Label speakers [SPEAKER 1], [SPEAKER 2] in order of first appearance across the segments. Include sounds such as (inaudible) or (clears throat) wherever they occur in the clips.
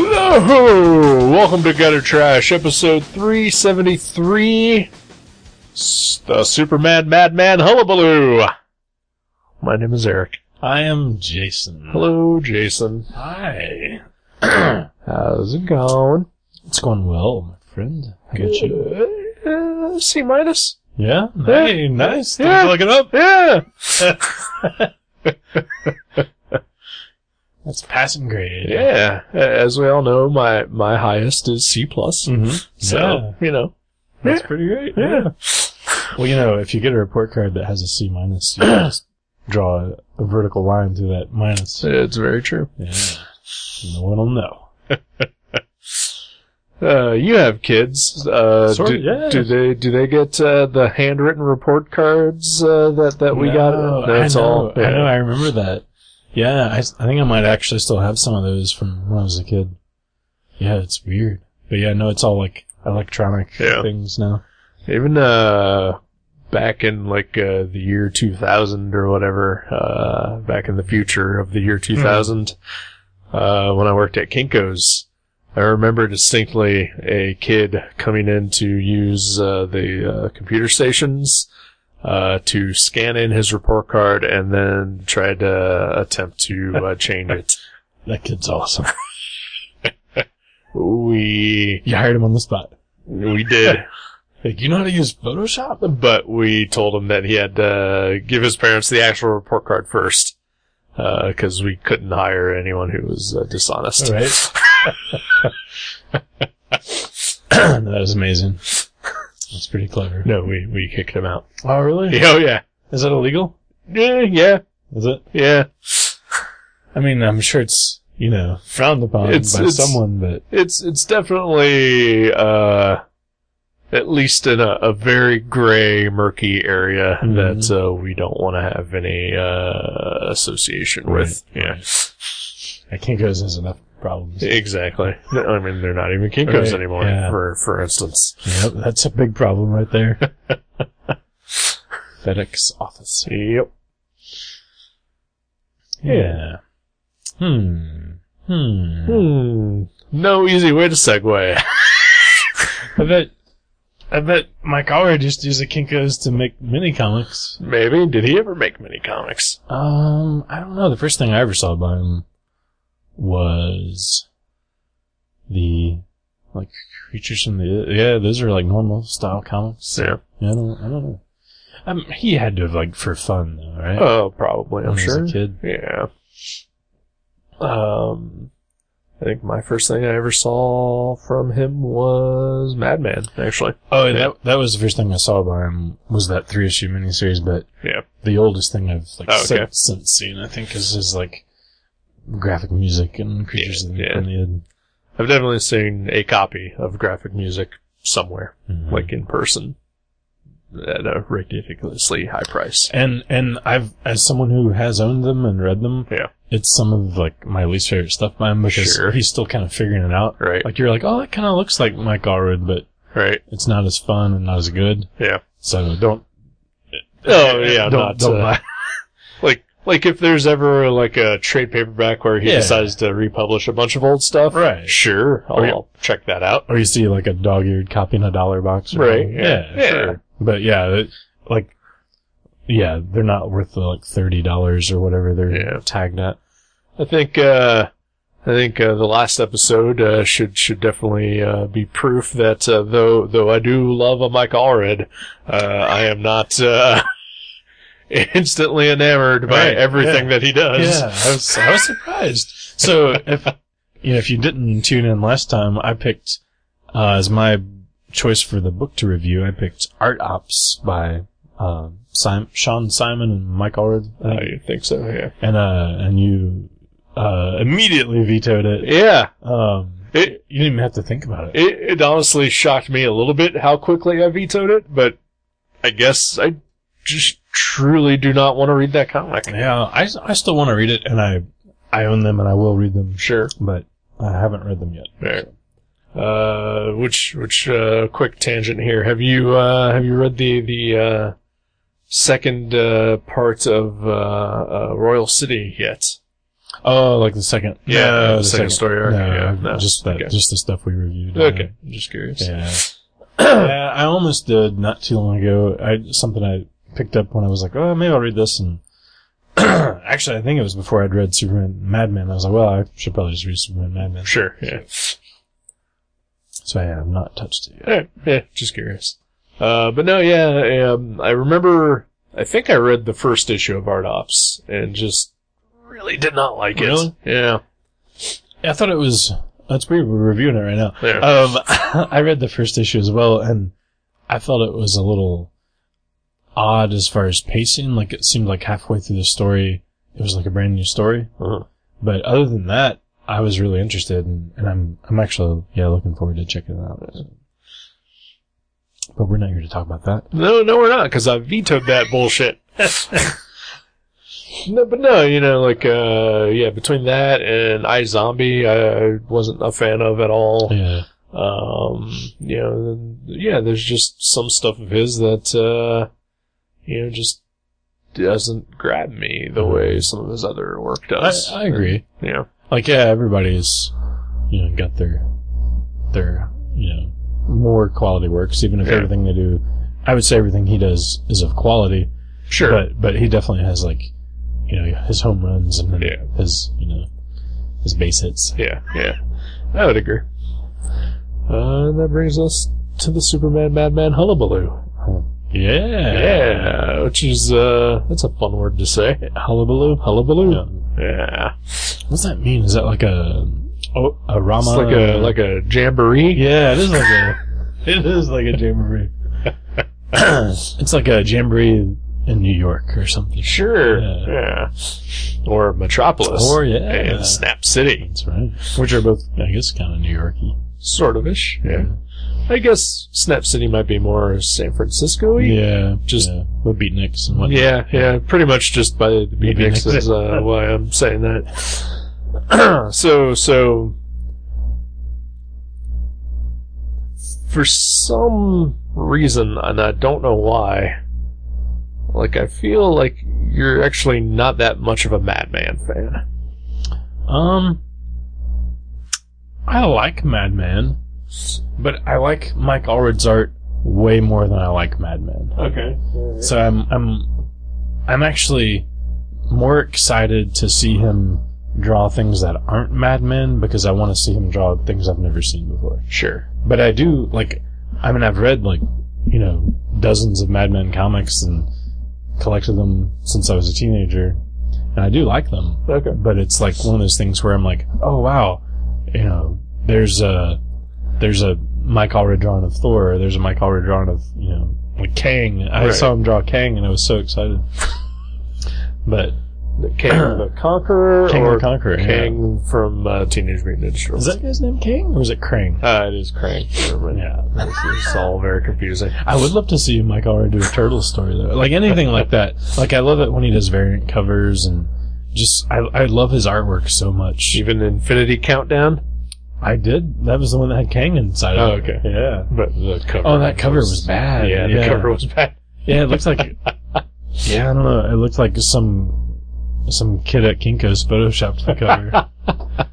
[SPEAKER 1] Hello! Welcome to Gutter Trash, episode 373. S- The Superman Madman Hullabaloo! My name is Eric.
[SPEAKER 2] I am Jason.
[SPEAKER 1] Hello, Jason.
[SPEAKER 2] Hi.
[SPEAKER 1] How's it going?
[SPEAKER 2] It's going well, my friend. How about you?
[SPEAKER 1] Uh, uh, C minus?
[SPEAKER 2] Yeah? Hey, nice. Thanks
[SPEAKER 1] Yeah.
[SPEAKER 2] for looking up.
[SPEAKER 1] Yeah!
[SPEAKER 2] That's passing grade.
[SPEAKER 1] Yeah. As we all know, my, my highest is C plus. So, you know.
[SPEAKER 2] Mm-hmm. That's pretty great.
[SPEAKER 1] Yeah.
[SPEAKER 2] Well, you know, if you get a report card that has a C minus, you can just draw a, a vertical line through that minus.
[SPEAKER 1] It's very true.
[SPEAKER 2] Yeah. No one will know.
[SPEAKER 1] Uh, you have kids. Uh,
[SPEAKER 2] Sort
[SPEAKER 1] do,
[SPEAKER 2] of, yeah.
[SPEAKER 1] do they do they get uh, the handwritten report cards uh, that that we
[SPEAKER 2] No,
[SPEAKER 1] got?
[SPEAKER 2] I know,
[SPEAKER 1] all.
[SPEAKER 2] I know. I remember that. Yeah. I, s- I think I might actually still have some of those from when I was a kid. Yeah, it's weird. But yeah, no, it's all like electronic
[SPEAKER 1] Yeah.
[SPEAKER 2] things now.
[SPEAKER 1] Even uh, back in like uh, the year 2000 or whatever, uh, back in the future of the year 2000, uh, when I worked at Kinko's, I remember distinctly a kid coming in to use uh, the uh, computer stations uh, to scan in his report card and then tried to attempt to uh, change it.
[SPEAKER 2] That kid's awesome. (laughs)
[SPEAKER 1] We
[SPEAKER 2] You hired him on the spot.
[SPEAKER 1] we did.
[SPEAKER 2] Like, you know how to use Photoshop?
[SPEAKER 1] but we told him that he had to give his parents the actual report card first because we couldn't hire anyone who was uh, dishonest. (laughs)
[SPEAKER 2] Right. (laughs) that was amazing. That's pretty clever.
[SPEAKER 1] No, we, we kicked him out. (laughs)
[SPEAKER 2] Oh, really?
[SPEAKER 1] Yeah, Oh yeah,
[SPEAKER 2] Is that illegal?
[SPEAKER 1] yeah, yeah,
[SPEAKER 2] Is it?
[SPEAKER 1] yeah.
[SPEAKER 2] I mean, I'm sure it's, you know, frowned upon
[SPEAKER 1] It's-
[SPEAKER 2] by
[SPEAKER 1] it's-
[SPEAKER 2] someone, but
[SPEAKER 1] It's it's definitely uh, at least in a, a very gray, murky area
[SPEAKER 2] Mhm.
[SPEAKER 1] that uh, we don't want to have any uh, association with. Yeah,
[SPEAKER 2] I can't go has enough problems.
[SPEAKER 1] exactly. I mean, they're not even Kinkos
[SPEAKER 2] Right,
[SPEAKER 1] anymore.
[SPEAKER 2] yeah.
[SPEAKER 1] For for instance.
[SPEAKER 2] Yep, that's a big problem right there. (laughs) FedEx office.
[SPEAKER 1] Yep.
[SPEAKER 2] Yeah. Hmm. Hmm.
[SPEAKER 1] Hmm. No easy way to segue. (laughs)
[SPEAKER 2] I bet, I bet Mike Allred used to use the Kinkos to make mini comics.
[SPEAKER 1] Maybe. Did he ever make many comics?
[SPEAKER 2] Um, I don't know. The first thing I ever saw by him was the like creatures from the yeah. Those are like normal style comics.
[SPEAKER 1] Yeah.
[SPEAKER 2] I don't, I don't know. Um, he had to have like for fun though, right?
[SPEAKER 1] Oh, probably. I'm
[SPEAKER 2] When he was
[SPEAKER 1] sure.
[SPEAKER 2] a kid.
[SPEAKER 1] Yeah. Um, I think my first thing I ever saw from him was Madman, actually.
[SPEAKER 2] Oh,
[SPEAKER 1] Yeah.
[SPEAKER 2] that that was the first thing I saw by him was that three issue miniseries, but
[SPEAKER 1] Yeah.
[SPEAKER 2] the oldest thing I've like
[SPEAKER 1] Oh, okay.
[SPEAKER 2] since, since seen, I think, is his like graphic music and creatures
[SPEAKER 1] Yeah,
[SPEAKER 2] of the
[SPEAKER 1] yeah.
[SPEAKER 2] Crimea.
[SPEAKER 1] I've definitely seen a copy of graphic music somewhere,
[SPEAKER 2] Mhm.
[SPEAKER 1] like in person, at a ridiculously high price.
[SPEAKER 2] and and I've as someone who has owned them and read them,
[SPEAKER 1] Yeah.
[SPEAKER 2] it's some of like my least favorite stuff by him because
[SPEAKER 1] Sure.
[SPEAKER 2] he's still kind of figuring it out.
[SPEAKER 1] Right.
[SPEAKER 2] Like you're like, oh, that kind of looks like Mike Allred, but
[SPEAKER 1] Right.
[SPEAKER 2] it's not as fun and not as good.
[SPEAKER 1] Yeah.
[SPEAKER 2] So don't.
[SPEAKER 1] Oh, yeah.
[SPEAKER 2] don't
[SPEAKER 1] not,
[SPEAKER 2] don't
[SPEAKER 1] uh, (laughs)
[SPEAKER 2] buy.
[SPEAKER 1] Like, like if there's ever like a trade paperback where he
[SPEAKER 2] Yeah.
[SPEAKER 1] decides to republish a bunch of old stuff,
[SPEAKER 2] Right.
[SPEAKER 1] Sure, I'll
[SPEAKER 2] Or you-
[SPEAKER 1] check that out.
[SPEAKER 2] Or you see like a dog-eared copy in a dollar box, or
[SPEAKER 1] Right?
[SPEAKER 2] something. Yeah,
[SPEAKER 1] Yeah.
[SPEAKER 2] sure. But yeah, it, like, yeah, they're not worth the, like thirty dollars or whatever they're
[SPEAKER 1] Yeah.
[SPEAKER 2] tagged at.
[SPEAKER 1] I think uh, I think uh, the last episode uh, should should definitely uh, be proof that uh, though though I do love a Mike Allred, uh, I am not uh, (laughs) instantly enamored by
[SPEAKER 2] Right,
[SPEAKER 1] everything that he does.
[SPEAKER 2] Yeah, I was, I was surprised. So if you know, if you didn't tune in last time, I picked uh, as my choice for the book to review. I picked Art Ops by uh, Sim- Sean Simon and Mike Allred, I
[SPEAKER 1] (laughs)
[SPEAKER 2] think.
[SPEAKER 1] I think so. Yeah.
[SPEAKER 2] and uh, and you uh, immediately vetoed it.
[SPEAKER 1] Yeah.
[SPEAKER 2] Um,
[SPEAKER 1] It,
[SPEAKER 2] you didn't even have to think about it.
[SPEAKER 1] it it honestly shocked me a little bit how quickly I vetoed it, but I guess I just truly do not want to read that comic.
[SPEAKER 2] Yeah, I, I still want to read it, and I I own them, and I will read them,
[SPEAKER 1] Sure.
[SPEAKER 2] but I haven't read them yet.
[SPEAKER 1] Right. Uh, which which uh, quick tangent here? Have you uh, have you read the the uh, second uh, part of uh, uh, Royal City yet?
[SPEAKER 2] Oh, like the second.
[SPEAKER 1] Yeah,
[SPEAKER 2] no,
[SPEAKER 1] the second story arc,
[SPEAKER 2] No,
[SPEAKER 1] yeah, no,
[SPEAKER 2] just that,
[SPEAKER 1] okay.
[SPEAKER 2] just the stuff we reviewed.
[SPEAKER 1] Okay, I'm just curious.
[SPEAKER 2] Yeah. yeah, I almost did not too long ago. I something I picked up when I was like, oh, maybe I'll read this. And (clears throat) actually, I think it was before I'd read Superman Madman. I was like, well, I should probably just read Superman Madman.
[SPEAKER 1] Sure. Yeah.
[SPEAKER 2] So I have not touched it yet.
[SPEAKER 1] Alright, yeah, Eh, just curious. Uh, but no, yeah, um, I remember. I think I read the first issue of Art Ops and just really did not like
[SPEAKER 2] Really?
[SPEAKER 1] it. Yeah.
[SPEAKER 2] I thought it was. That's weird. We're reviewing it right now.
[SPEAKER 1] Yeah.
[SPEAKER 2] Um, (laughs) I read the first issue as well, and I felt it was a little odd as far as pacing. Like it seemed like halfway through the story, it was like a brand new story.
[SPEAKER 1] Uh-huh.
[SPEAKER 2] But other than that, I was really interested, and, and I'm I'm actually yeah looking forward to checking it out. But we're not here to talk about that.
[SPEAKER 1] No, no, we're not, because I vetoed that
[SPEAKER 2] (laughs)
[SPEAKER 1] bullshit. no, but no, you know, like, uh, yeah, between that and I Zombie, I I wasn't a fan of at all.
[SPEAKER 2] Yeah,
[SPEAKER 1] Um, you know, then, yeah, there's just some stuff of his that, uh, you know, just doesn't grab me the way some of his other work
[SPEAKER 2] Mm-hmm. I,
[SPEAKER 1] does.
[SPEAKER 2] I agree.
[SPEAKER 1] Yeah.
[SPEAKER 2] Like yeah, everybody's you know got their their you know more quality works, even if
[SPEAKER 1] Yeah.
[SPEAKER 2] everything they do, I would say everything he does is of quality.
[SPEAKER 1] Sure.
[SPEAKER 2] But but he definitely has like you know his home runs and
[SPEAKER 1] Yeah.
[SPEAKER 2] his you know his base hits.
[SPEAKER 1] yeah, yeah. I would agree. Uh, and that brings us to the Superman Madman Hullabaloo.
[SPEAKER 2] Yeah,
[SPEAKER 1] Yeah, which is, uh, that's a fun word to say.
[SPEAKER 2] Hullabaloo,
[SPEAKER 1] Hullabaloo.
[SPEAKER 2] Yeah.
[SPEAKER 1] Yeah.
[SPEAKER 2] What's that mean? Is that like a oh, a Rama?
[SPEAKER 1] It's like a, like a jamboree.
[SPEAKER 2] yeah, it is like a (laughs) it is like a
[SPEAKER 1] (laughs)
[SPEAKER 2] jamboree. it's like a jamboree in New York or something.
[SPEAKER 1] Sure.
[SPEAKER 2] Yeah.
[SPEAKER 1] Yeah. Or Metropolis.
[SPEAKER 2] Or yeah,
[SPEAKER 1] and Snap City.
[SPEAKER 2] that's right. Which are both, I guess, kind of New Yorky.
[SPEAKER 1] Sort of ish. Yeah. I guess Snap City might be more San Francisco y.
[SPEAKER 2] Yeah,
[SPEAKER 1] Just-
[SPEAKER 2] yeah. the beatniks and whatnot.
[SPEAKER 1] Yeah, yeah, pretty much just by the
[SPEAKER 2] Maybe
[SPEAKER 1] beatniks
[SPEAKER 2] next-
[SPEAKER 1] is uh, why I'm saying that. (clears throat) so, so for some reason, and I don't know why, like I feel like you're actually not that much of a Madman fan.
[SPEAKER 2] Um, I like Madman, but I like Mike Allred's art way more than I like Madman.
[SPEAKER 1] Okay.
[SPEAKER 2] So I'm I'm I'm actually more excited to see him draw things that aren't Mad Men because I want to see him draw things I've never seen before.
[SPEAKER 1] Sure.
[SPEAKER 2] But I do like I mean I've read like, you know, dozens of Mad Men comics and collected them since I was a teenager and I do like them.
[SPEAKER 1] Okay.
[SPEAKER 2] But it's like one of those things where I'm like, "Oh wow, you know, there's a there's a Mike Allred drawing of Thor, or there's a Mike Allred drawing of, you know, like Kang. I
[SPEAKER 1] Right.
[SPEAKER 2] saw him draw Kang and I was so excited. But
[SPEAKER 1] The Kang
[SPEAKER 2] (clears throat)
[SPEAKER 1] the Conqueror
[SPEAKER 2] Kang
[SPEAKER 1] or
[SPEAKER 2] the Conqueror. yeah.
[SPEAKER 1] Kang from uh, Teenage Mutant Ninja Turtles.
[SPEAKER 2] Is that guy's name Kang or is it Krang?
[SPEAKER 1] Uh, it is Krang. Never mind.
[SPEAKER 2] Yeah.
[SPEAKER 1] This
[SPEAKER 2] (laughs)
[SPEAKER 1] is all very confusing.
[SPEAKER 2] I would love to see Mike Allred do a turtle story though. Like anything like that. Like I love it when he does variant covers and just I I love his artwork so much.
[SPEAKER 1] Even Infinity Countdown,
[SPEAKER 2] I did. That was the one that had Kang inside
[SPEAKER 1] Oh,
[SPEAKER 2] of it.
[SPEAKER 1] okay.
[SPEAKER 2] Yeah.
[SPEAKER 1] but the cover.
[SPEAKER 2] Oh, that cover was bad.
[SPEAKER 1] Yeah, the cover was bad.
[SPEAKER 2] Yeah, it looks like. yeah, I don't know. It looked like some some kid at Kinko's photoshopped the (laughs) cover.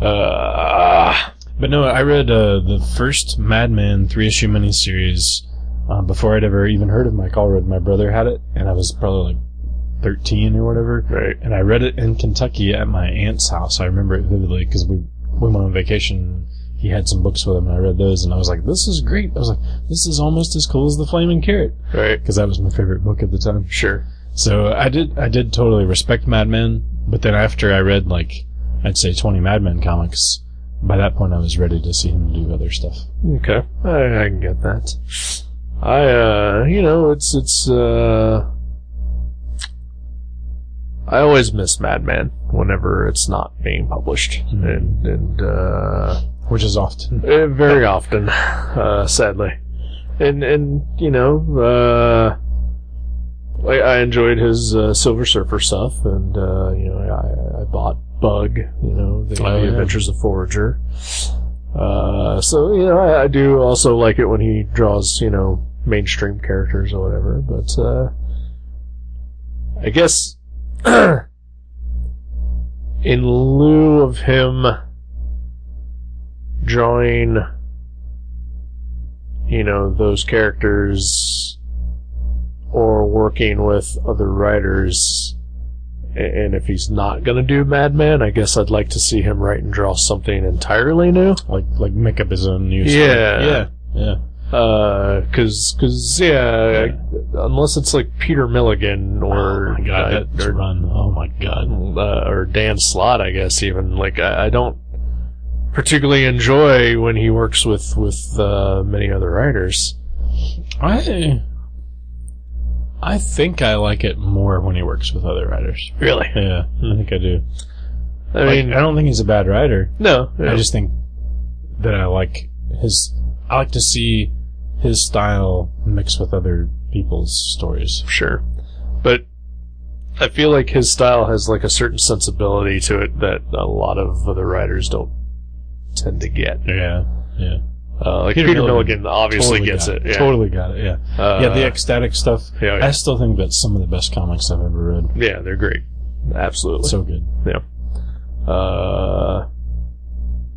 [SPEAKER 1] Uh,
[SPEAKER 2] but no, I read uh, the first Madman three issue miniseries uh, before I'd ever even heard of Mike Allred. My brother had it, and I was probably like thirteen or whatever.
[SPEAKER 1] right.
[SPEAKER 2] And I read it in Kentucky at my aunt's house. I remember it vividly because we we went on vacation. He had some books with him, and I read those, and I was like, "This is great." I was like, "This is almost as cool as the Flaming Carrot,"
[SPEAKER 1] Right.
[SPEAKER 2] because that was my favorite book at the time.
[SPEAKER 1] Sure.
[SPEAKER 2] So I did I did totally respect Mad Men, but then after I read like I'd say twenty Mad Men comics, by that point I was ready to see him do other stuff.
[SPEAKER 1] Okay. I, I can get that. I, uh, you know, it's, it's, uh, I always miss Madman whenever it's not being published.
[SPEAKER 2] Hmm.
[SPEAKER 1] And, and, uh,
[SPEAKER 2] Which is often.
[SPEAKER 1] Uh, very often, uh, sadly. And and you know, uh, I, I enjoyed his uh, Silver Surfer stuff, and uh, you know, I, I bought Bug, you know, the,
[SPEAKER 2] Oh,
[SPEAKER 1] the
[SPEAKER 2] yeah.
[SPEAKER 1] Adventures of Forager. Uh, so you know, I, I do also like it when he draws, you know, mainstream characters or whatever. But uh, I guess (clears throat) in lieu of him drawing, you know, those characters or working with other writers, a- and if he's not going to do Madman, I guess I'd like to see him write and draw something entirely new.
[SPEAKER 2] Like like make up his own new. story.
[SPEAKER 1] Yeah.
[SPEAKER 2] yeah, yeah.
[SPEAKER 1] Uh, cause, cause, yeah, unless it's like Peter Milligan or,
[SPEAKER 2] oh my god,
[SPEAKER 1] I-
[SPEAKER 2] that's
[SPEAKER 1] or
[SPEAKER 2] run. Oh my god.
[SPEAKER 1] uh, or Dan Slott, I guess. Even like I, I don't particularly enjoy when he works with with uh, many other writers.
[SPEAKER 2] I I think I like it more when he works with other writers.
[SPEAKER 1] Really,
[SPEAKER 2] Yeah, I think I do.
[SPEAKER 1] I
[SPEAKER 2] Like,
[SPEAKER 1] mean,
[SPEAKER 2] I don't think he's a bad writer.
[SPEAKER 1] no,
[SPEAKER 2] I just think that I like his. I like to see his style mixed with other people's stories.
[SPEAKER 1] sure, but I feel like his style has like a certain sensibility to it that a lot of other writers don't tend to get.
[SPEAKER 2] Yeah, yeah.
[SPEAKER 1] Uh, like
[SPEAKER 2] Peter
[SPEAKER 1] Peter,
[SPEAKER 2] Milligan
[SPEAKER 1] Milligan, obviously gets
[SPEAKER 2] got
[SPEAKER 1] it. Yeah.
[SPEAKER 2] Totally got it. Yeah,
[SPEAKER 1] Uh,
[SPEAKER 2] yeah. The ecstatic stuff.
[SPEAKER 1] yeah,
[SPEAKER 2] I still think that's some of the best comics I've ever read.
[SPEAKER 1] yeah, they're great. Absolutely.
[SPEAKER 2] So good.
[SPEAKER 1] Uh,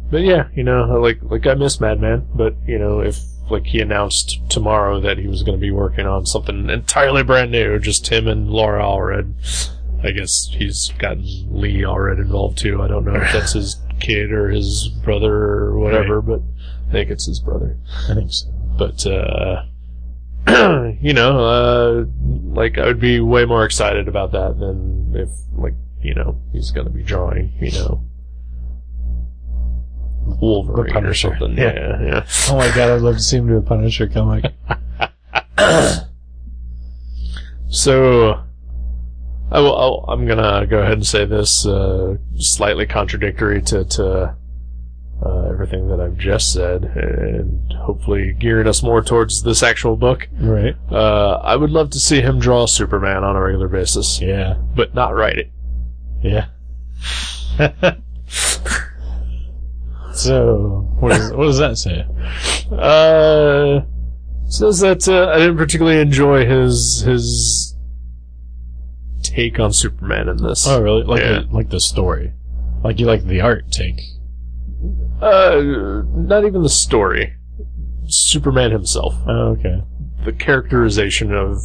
[SPEAKER 1] but yeah, you know, like like I miss Madman, but you know, if like he announced tomorrow that he was going to be working on something entirely brand new, just him and Laura Allred. I guess he's gotten Lee Allred involved too. I don't know if that's his kid or his brother or whatever, but I think it's his brother
[SPEAKER 2] I think so.
[SPEAKER 1] but uh, (clears throat) you know, uh, like I would be way more excited about that than if like you know he's gonna be drawing you know Wolverine or
[SPEAKER 2] Punisher.
[SPEAKER 1] something.
[SPEAKER 2] Yeah.
[SPEAKER 1] Yeah, yeah.
[SPEAKER 2] Oh my god, I'd love to see him do a Punisher comic.
[SPEAKER 1] (laughs) So. I will, I'll, I'm gonna go ahead and say this, uh, slightly contradictory to, to, uh, everything that I've just said, and hopefully gearing us more towards this actual book.
[SPEAKER 2] right?
[SPEAKER 1] Uh, I would love to see him draw Superman on a regular basis,
[SPEAKER 2] Yeah,
[SPEAKER 1] but not write it.
[SPEAKER 2] yeah. (laughs) so what, is, what does that say?
[SPEAKER 1] Uh, says that uh, I didn't particularly enjoy his his take on Superman in this.
[SPEAKER 2] Oh, really? Like
[SPEAKER 1] Yeah.
[SPEAKER 2] the, like the story, like you like the art take.
[SPEAKER 1] Uh, not even the story. Superman himself,
[SPEAKER 2] Oh, okay.
[SPEAKER 1] the characterization of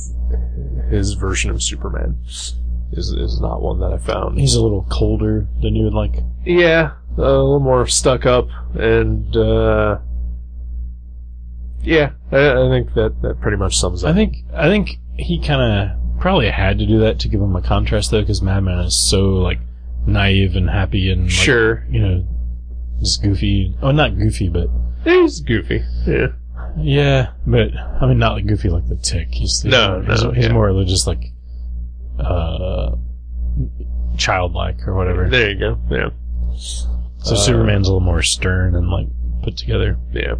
[SPEAKER 1] his version of Superman, is is not one that I found.
[SPEAKER 2] He's a little colder than you would like.
[SPEAKER 1] Yeah, a little more stuck up, and uh, yeah, I, I think that that pretty much sums
[SPEAKER 2] I
[SPEAKER 1] up.
[SPEAKER 2] think I think he kind of probably had to do that to give him a contrast though, because Madman is so like naive and happy and like,
[SPEAKER 1] sure,
[SPEAKER 2] you know, just goofy. Oh, not goofy, but
[SPEAKER 1] he's goofy. Yeah,
[SPEAKER 2] yeah, but I mean, not like goofy like the tick. He's, he's
[SPEAKER 1] No,
[SPEAKER 2] more, he's,
[SPEAKER 1] no,
[SPEAKER 2] he's
[SPEAKER 1] yeah.
[SPEAKER 2] more just like uh, childlike or whatever.
[SPEAKER 1] there you go. Yeah,
[SPEAKER 2] so
[SPEAKER 1] Uh,
[SPEAKER 2] Superman's a little more stern and like put together.
[SPEAKER 1] yeah.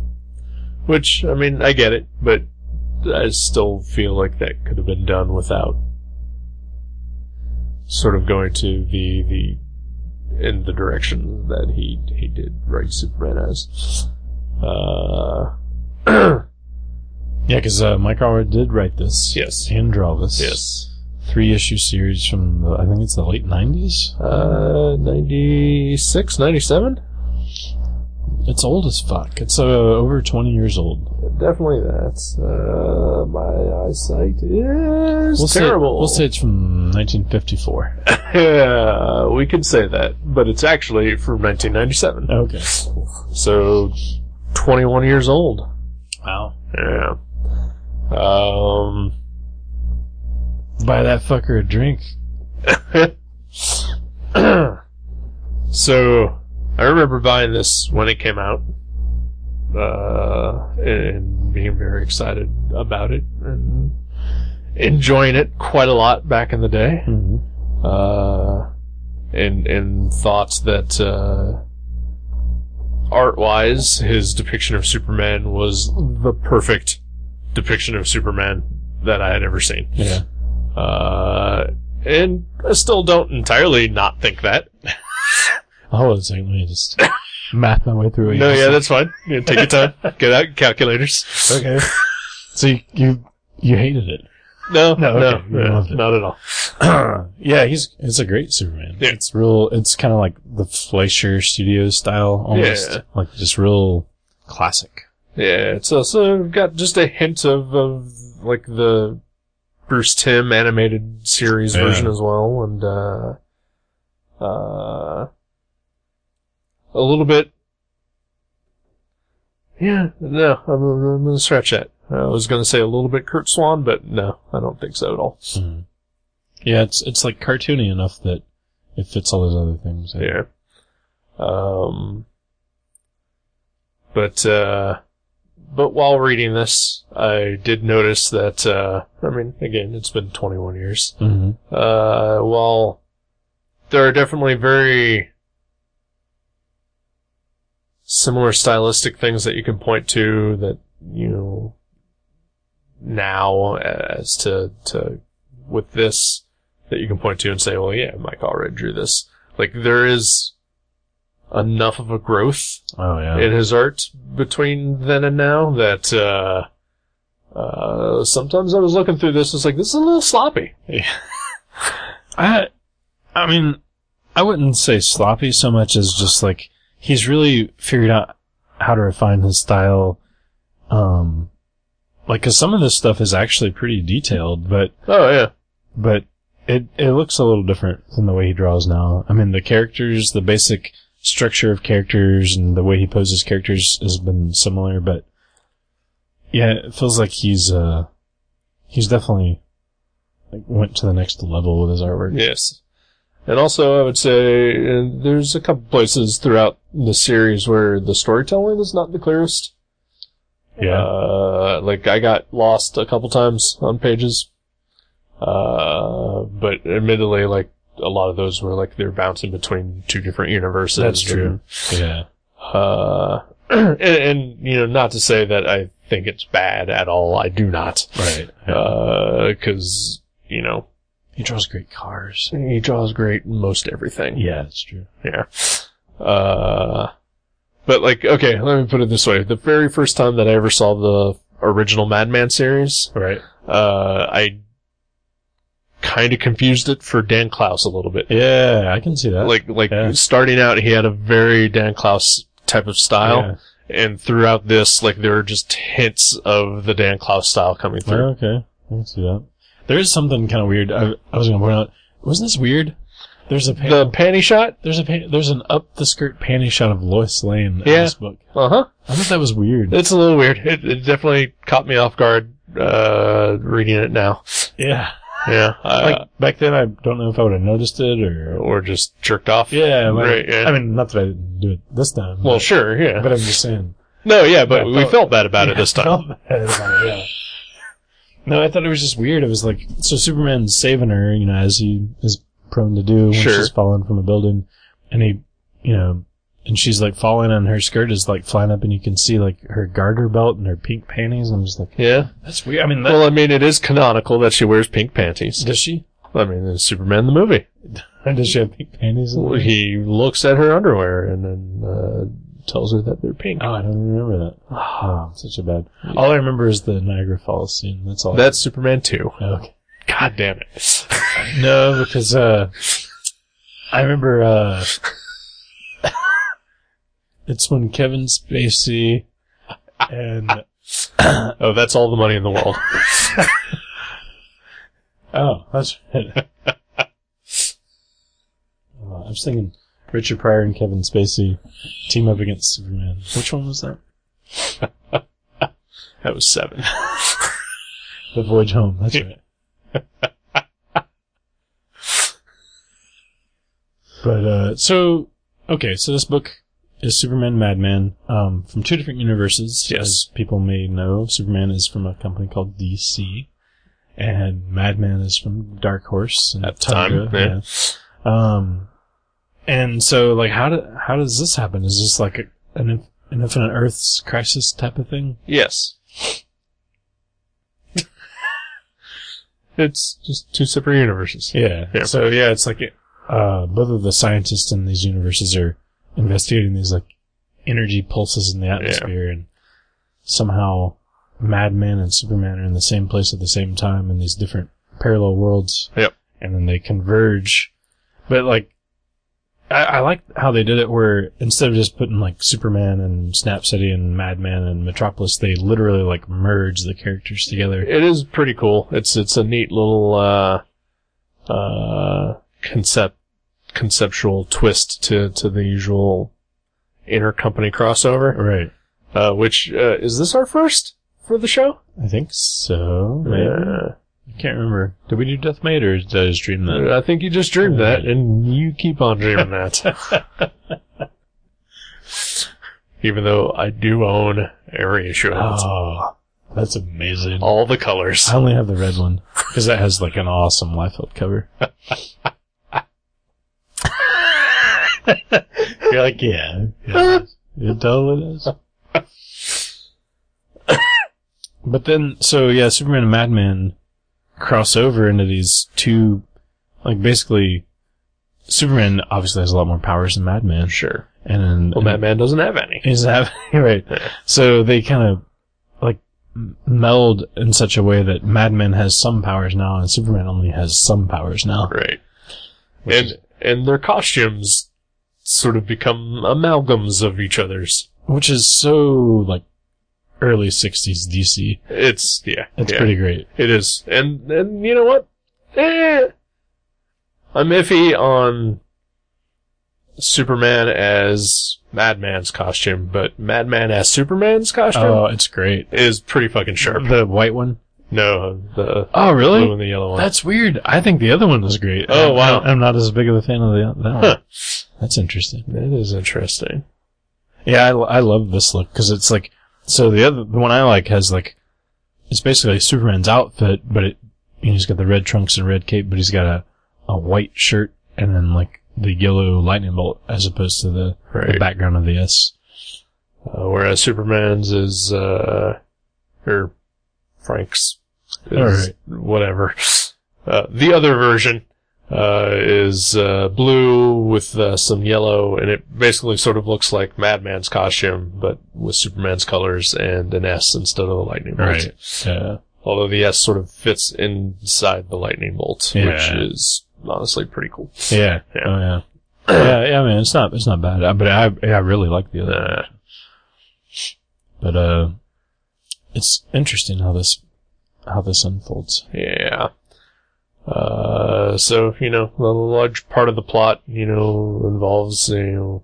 [SPEAKER 1] Which I mean, I get it, but I still feel like that could have been done without sort of going to the the in the direction that he he did write Superman as. Uh, (clears throat)
[SPEAKER 2] Yeah, because uh, Mike Allred did write this.
[SPEAKER 1] Yes.
[SPEAKER 2] and draw this.
[SPEAKER 1] yes.
[SPEAKER 2] three issue series from the, I think it's the late nineties.
[SPEAKER 1] Uh, 96, 97?
[SPEAKER 2] It's old as fuck. It's uh, over twenty years old.
[SPEAKER 1] Definitely that's, uh, my eyesight is
[SPEAKER 2] We'll Say,
[SPEAKER 1] terrible.
[SPEAKER 2] we'll say it's from nineteen fifty four.
[SPEAKER 1] (laughs) yeah, we can say that, but it's actually from 1997.
[SPEAKER 2] Okay.
[SPEAKER 1] So, 21 years old.
[SPEAKER 2] Wow.
[SPEAKER 1] Yeah. Um,
[SPEAKER 2] Buy that fucker a drink.
[SPEAKER 1] (clears throat) so, I remember buying this when it came out, uh, and being very excited about it and enjoying it quite a lot back in the day.
[SPEAKER 2] Mm-hmm.
[SPEAKER 1] Uh, and and thought that uh, art-wise, his depiction of Superman was the perfect depiction of Superman that I had ever seen.
[SPEAKER 2] Yeah.
[SPEAKER 1] Uh, and I still don't entirely not think that.
[SPEAKER 2] Hold on a second. Let
[SPEAKER 1] (laughs)
[SPEAKER 2] me just math my way through. what you
[SPEAKER 1] No,
[SPEAKER 2] just
[SPEAKER 1] yeah,
[SPEAKER 2] (laughs)
[SPEAKER 1] that's fine. Yeah, (laughs) take your time. Get out calculators. (clears throat)
[SPEAKER 2] said. okay. So you, you you hated it.
[SPEAKER 1] No,
[SPEAKER 2] No,
[SPEAKER 1] no,
[SPEAKER 2] okay. You
[SPEAKER 1] yeah,
[SPEAKER 2] loved it.
[SPEAKER 1] not at all.
[SPEAKER 2] yeah, he's it's a great Superman.
[SPEAKER 1] Yeah.
[SPEAKER 2] It's real. It's kind of like the Fleischer Studios style, almost
[SPEAKER 1] Yeah.
[SPEAKER 2] like just real classic.
[SPEAKER 1] Yeah, it's also got just a hint of, of like the Bruce Tim animated series
[SPEAKER 2] Yeah.
[SPEAKER 1] version as well, and uh, uh, a little bit. Yeah, no, I'm, I'm gonna scratch that. I was gonna say a little bit Kurt Swan, but no, I don't think so at all.
[SPEAKER 2] Mm. Yeah, it's it's like cartoony enough that it fits all those other things.
[SPEAKER 1] Yeah. Um, but uh, but while reading this, I did notice that uh, I mean, again, it's been 21 years.
[SPEAKER 2] hmm
[SPEAKER 1] Uh, while there are definitely very similar stylistic things that you can point to that you know now as to to with this that you can point to and say, well, yeah, Mike already drew this. Like there is enough of a growth
[SPEAKER 2] Oh yeah.
[SPEAKER 1] in his art between then and now that uh, uh, sometimes I was looking through this, it's like this is a little sloppy.
[SPEAKER 2] I, I mean, I wouldn't say sloppy so much as just like he's really figured out how to refine his style. Um, like, cause some of this stuff is actually pretty detailed, but
[SPEAKER 1] Oh yeah,
[SPEAKER 2] but it it looks a little different than the way he draws now. I mean, the characters, the basic structure of characters, and the way he poses characters has been similar, but yeah, it feels like he's uh he's definitely like went to the next level with his artwork.
[SPEAKER 1] Yes. And also, I would say uh, there's a couple places throughout the series where the storytelling is not the clearest. Uh, like I got lost a couple times on pages. Uh, but admittedly, like a lot of those were like they're bouncing between two different universes.
[SPEAKER 2] That's true. yeah.
[SPEAKER 1] Uh, (clears throat) and, and you know, not to say that I think it's bad at all. I do not.
[SPEAKER 2] Right.
[SPEAKER 1] Uh, cause, you know,
[SPEAKER 2] he draws great cars.
[SPEAKER 1] he draws great in most everything.
[SPEAKER 2] Yeah, that's true.
[SPEAKER 1] Yeah. Uh, but like, okay, let me put it this way. The very first time that I ever saw the original Madman series,
[SPEAKER 2] Right.
[SPEAKER 1] uh, I kind of confused it for Dan Klaus a little bit.
[SPEAKER 2] Yeah, I can see that.
[SPEAKER 1] Like, like
[SPEAKER 2] yeah.
[SPEAKER 1] starting out, he had a very Dan Klaus type of style. And throughout this, like, there are just hints of the Dan Klaus style coming
[SPEAKER 2] Yeah.
[SPEAKER 1] through.
[SPEAKER 2] okay. I can see that. There is something kind of weird. I, I was going to point out. Wasn't this weird? There's a panel.
[SPEAKER 1] The panty shot?
[SPEAKER 2] There's a pan- there's an up the skirt panty shot of Lois Lane in
[SPEAKER 1] Yeah.
[SPEAKER 2] this book.
[SPEAKER 1] Uh huh.
[SPEAKER 2] I thought that was weird.
[SPEAKER 1] It's a little weird. It, it definitely caught me off guard, uh, reading it now.
[SPEAKER 2] Yeah.
[SPEAKER 1] (laughs) Yeah. Uh, I-
[SPEAKER 2] Like back then, I don't know if I would have noticed it or.
[SPEAKER 1] or just jerked off.
[SPEAKER 2] Yeah. Like,
[SPEAKER 1] Right, yeah.
[SPEAKER 2] I mean, not that I didn't do it this time.
[SPEAKER 1] Well,
[SPEAKER 2] but,
[SPEAKER 1] sure, yeah.
[SPEAKER 2] but I'm
[SPEAKER 1] (laughs)
[SPEAKER 2] just saying.
[SPEAKER 1] no, yeah, but
[SPEAKER 2] I
[SPEAKER 1] we
[SPEAKER 2] felt-
[SPEAKER 1] felt bad about it this
[SPEAKER 2] (laughs) I
[SPEAKER 1] time.
[SPEAKER 2] felt bad about it, yeah. No, I thought it was just weird. It was like so Superman's saving her, you know, as he is prone to do when
[SPEAKER 1] Sure.
[SPEAKER 2] she's falling from a building, and he, you know, and she's like falling, and her skirt is like flying up, and you can see like her garter belt and her pink panties. I'm just like,
[SPEAKER 1] yeah.
[SPEAKER 2] that's weird. I mean, that,
[SPEAKER 1] Well, I mean, it is canonical that she wears pink panties.
[SPEAKER 2] does she?
[SPEAKER 1] I mean, in Superman the movie,
[SPEAKER 2] Or does she have pink panties? In there?
[SPEAKER 1] he looks at her underwear and then uh, tells her that they're pink.
[SPEAKER 2] Oh, I don't remember that. Oh, such a bad. All I remember is the Niagara Falls scene. That's all. I-
[SPEAKER 1] That's Superman too.
[SPEAKER 2] okay.
[SPEAKER 1] God damn it!
[SPEAKER 2] No, because uh, I remember uh, (laughs) it's when Kevin Spacey and
[SPEAKER 1] (laughs) oh, that's all the money in the world.
[SPEAKER 2] oh, that's right. Uh, I was thinking Richard Pryor and Kevin Spacey team up against Superman. Which one was that?
[SPEAKER 1] (laughs) That was seven.
[SPEAKER 2] The Voyage Home. That's right. (laughs) but uh, so okay, so this book is Superman Madman um, from two different universes.
[SPEAKER 1] Yes.
[SPEAKER 2] as people may know, Superman is from a company called DC, and Madman is from Dark Horse and
[SPEAKER 1] At the time, yeah.
[SPEAKER 2] yeah. Um, and so like, how do, how does this happen? Is this like a, an inf- an Infinite Earths crisis type of thing?
[SPEAKER 1] Yes. (laughs) it's just two separate universes.
[SPEAKER 2] Yeah.
[SPEAKER 1] Yeah.
[SPEAKER 2] So yeah, it's like uh, both of the scientists in these universes are investigating these like energy pulses in the atmosphere, and somehow Madman and Superman are in the same place at the same time in these different parallel worlds.
[SPEAKER 1] Yep.
[SPEAKER 2] And then they converge. But like, I, I like how they did it where instead of just putting like Superman and Snap City and Madman and Metropolis, they literally like merge the characters together.
[SPEAKER 1] It is pretty cool. It's it's a neat little uh, uh, concept conceptual twist to to the usual intercompany crossover.
[SPEAKER 2] Right.
[SPEAKER 1] Uh, which uh, is this our first for the show?
[SPEAKER 2] I think so. Maybe.
[SPEAKER 1] Uh,
[SPEAKER 2] I can't remember. Did we do Death Mate or did I just dream that?
[SPEAKER 1] I think you just dreamed that, and you keep on dreaming that.
[SPEAKER 2] (laughs)
[SPEAKER 1] Even though I do own every issue of it.
[SPEAKER 2] Oh, that's amazing.
[SPEAKER 1] all the colors.
[SPEAKER 2] I only have the red one because that has like an awesome Liefeld cover. (laughs) You're like, yeah, yeah, it is. (laughs) it totally does. but then, so yeah, Superman and Madman cross over into these two, like basically, Superman obviously has a lot more powers than Madman,
[SPEAKER 1] Sure.
[SPEAKER 2] and then
[SPEAKER 1] Well, Batman doesn't have any.
[SPEAKER 2] is happening (laughs) right. So they kind of like m- meld in such a way that Madman has some powers now and Superman only has some powers now.
[SPEAKER 1] Right.
[SPEAKER 2] Which
[SPEAKER 1] and
[SPEAKER 2] is-
[SPEAKER 1] and their costumes sort of become amalgams of each other's.
[SPEAKER 2] which is so like early 60s DC.
[SPEAKER 1] It's yeah,
[SPEAKER 2] It's
[SPEAKER 1] yeah,
[SPEAKER 2] pretty great.
[SPEAKER 1] It is, and and you know what? Eh, I'm iffy on Superman as Madman's costume, but Madman as Superman's costume
[SPEAKER 2] Oh, it's great.
[SPEAKER 1] is pretty fucking sharp.
[SPEAKER 2] The white one?
[SPEAKER 1] No, the
[SPEAKER 2] Oh,
[SPEAKER 1] blue
[SPEAKER 2] really?
[SPEAKER 1] and the yellow one.
[SPEAKER 2] That's weird. I think the other one is great.
[SPEAKER 1] Oh,
[SPEAKER 2] I'm-
[SPEAKER 1] wow.
[SPEAKER 2] I'm not as big of a fan of the, that one.
[SPEAKER 1] Huh.
[SPEAKER 2] That's interesting.
[SPEAKER 1] that is interesting.
[SPEAKER 2] Yeah, I, I love this look because it's like so the other the one I like has like it's basically Superman's outfit, but it you know, he's got the red trunks and red cape, but he's got a a white shirt and then like the yellow lightning bolt as opposed to the, the
[SPEAKER 1] Right.
[SPEAKER 2] background of the S.
[SPEAKER 1] Uh, whereas Superman's is, uh, or Frank's, is
[SPEAKER 2] Alright.
[SPEAKER 1] whatever. Uh, the other version, uh, is, uh, blue with, uh, some yellow, and it basically sort of looks like Madman's costume, but with Superman's colors and an S instead of a lightning bolt.
[SPEAKER 2] Yeah.
[SPEAKER 1] Although the S sort of fits inside the lightning bolt, which
[SPEAKER 2] Yeah.
[SPEAKER 1] is honestly pretty cool.
[SPEAKER 2] Yeah.
[SPEAKER 1] Yeah.
[SPEAKER 2] Oh yeah. yeah. Yeah. I mean, it's not it's not bad, I- but I yeah, I really like the other.
[SPEAKER 1] Uh,
[SPEAKER 2] But uh, it's interesting how this how this unfolds.
[SPEAKER 1] Yeah. Uh, so you know, a large part of the plot, you know, involves you know,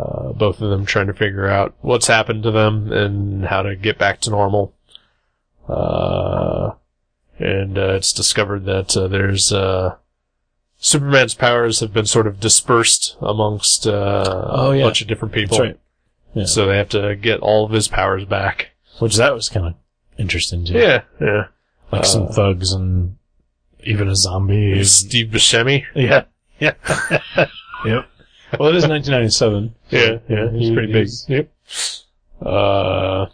[SPEAKER 1] uh, both of them trying to figure out what's happened to them and how to get back to normal. Uh, and uh, it's discovered that uh, there's uh, Superman's powers have been sort of dispersed amongst uh,
[SPEAKER 2] Oh, yeah.
[SPEAKER 1] a bunch of different people.
[SPEAKER 2] That's right. Yeah.
[SPEAKER 1] So they have to get all of his powers back.
[SPEAKER 2] Which that was kind of interesting too.
[SPEAKER 1] Yeah, yeah.
[SPEAKER 2] like some
[SPEAKER 1] Uh,
[SPEAKER 2] thugs and even a zombie.
[SPEAKER 1] Steve Buscemi.
[SPEAKER 2] (laughs) Yeah, yeah, (laughs) yep. Well, it is 1997.
[SPEAKER 1] Yeah, yeah,
[SPEAKER 2] He's
[SPEAKER 1] he-
[SPEAKER 2] pretty big.
[SPEAKER 1] Yep. Uh,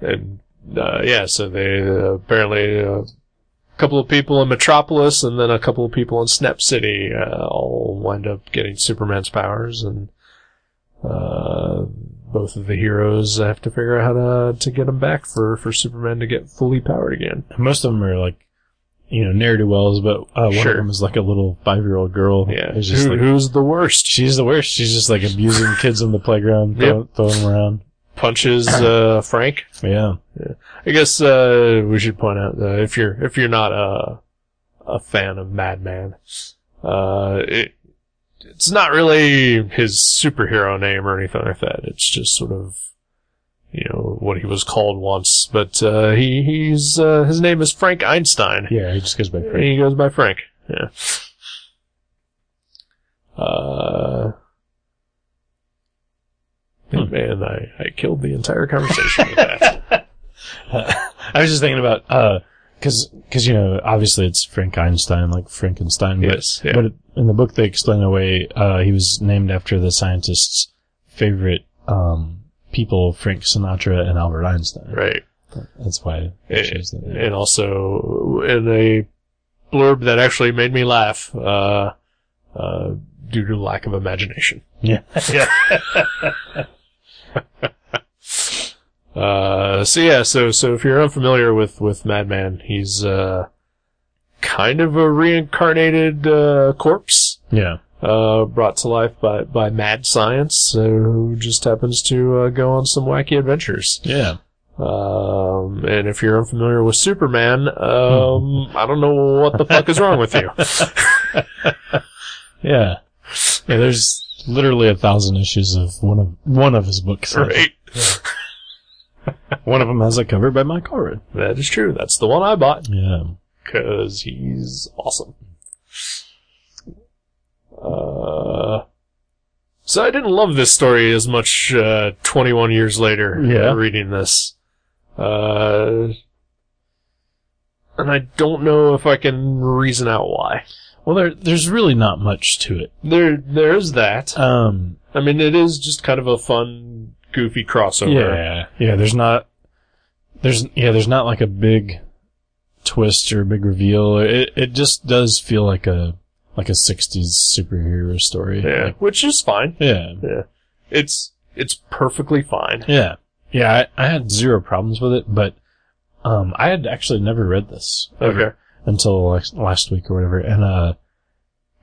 [SPEAKER 1] and uh, yeah, so they uh, apparently uh, a couple of people in Metropolis, and then a couple of people in Snap City uh, all wind up getting Superman's powers, and uh, both of the heroes have to figure out how to to get them back for for Superman to get fully powered again.
[SPEAKER 2] Most of them are like, you know, ne'er do wells, but uh, one
[SPEAKER 1] Sure.
[SPEAKER 2] of them is like a little five year old girl.
[SPEAKER 1] Yeah,
[SPEAKER 2] who's just
[SPEAKER 1] Who-
[SPEAKER 2] like,
[SPEAKER 1] who's the worst?
[SPEAKER 2] she's the worst. She's just like
[SPEAKER 1] (laughs)
[SPEAKER 2] abusing kids on the playground,
[SPEAKER 1] Yep.
[SPEAKER 2] throw, throwing them around.
[SPEAKER 1] Punches uh, Frank.
[SPEAKER 2] Yeah,
[SPEAKER 1] I guess uh, we should point out uh, if you're if you're not a a fan of Madman, uh, it it's not really his superhero name or anything like that. It's just sort of you know what he was called once, but uh, he he's uh, his name is Frank Einstein.
[SPEAKER 2] yeah. He just goes by
[SPEAKER 1] And (laughs)
[SPEAKER 2] Frank.
[SPEAKER 1] He goes by Frank. Yeah. Uh,
[SPEAKER 2] Hmm.
[SPEAKER 1] man, I I killed the entire conversation with
[SPEAKER 2] (laughs)
[SPEAKER 1] that.
[SPEAKER 2] I was just thinking about uh, because because you know obviously it's Frank Einstein like Frankenstein, but
[SPEAKER 1] Yes, yeah.
[SPEAKER 2] But in the book, they explain away uh, he was named after the scientist's favorite um, people, Frank Sinatra and Albert Einstein.
[SPEAKER 1] right.
[SPEAKER 2] That's why
[SPEAKER 1] Eh,
[SPEAKER 2] it shows that. name.
[SPEAKER 1] and also in a blurb that actually made me laugh uh, uh, due to lack of imagination. (laughs)
[SPEAKER 2] Yeah.
[SPEAKER 1] Uh, Uh, so yeah, so so if you're unfamiliar with with Madman, he's uh, kind of a reincarnated uh, corpse
[SPEAKER 2] Yeah.
[SPEAKER 1] uh, brought to life by by mad science, uh, who just happens to uh, go on some wacky adventures.
[SPEAKER 2] Yeah.
[SPEAKER 1] Um, and if you're unfamiliar with Superman, um, I don't know what the fuck is wrong with you.
[SPEAKER 2] Yeah. Yeah, there's literally a thousand issues of one of one of his books.
[SPEAKER 1] Right?
[SPEAKER 2] One of them has a cover by Mike Allred.
[SPEAKER 1] That is true. That's the one I bought
[SPEAKER 2] Yeah.
[SPEAKER 1] because he's awesome. Uh, so I didn't love this story as much uh, 21 years later
[SPEAKER 2] Yeah.
[SPEAKER 1] reading this. Uh, and I don't know if I can reason out why.
[SPEAKER 2] Well, there there's really not much to it.
[SPEAKER 1] There, there is that.
[SPEAKER 2] Um.
[SPEAKER 1] I mean, it is just kind of a fun, goofy crossover.
[SPEAKER 2] Yeah. Yeah. There's not. There's yeah. There's not like a big twist or a big reveal. It it just does feel like a like a '60s superhero story.
[SPEAKER 1] yeah.
[SPEAKER 2] Like,
[SPEAKER 1] Which is fine.
[SPEAKER 2] yeah.
[SPEAKER 1] It's it's perfectly fine.
[SPEAKER 2] Yeah. Yeah, I, I had zero problems with it, but um, I had actually never read this ever
[SPEAKER 1] Okay.
[SPEAKER 2] until last, last week or whatever, and uh,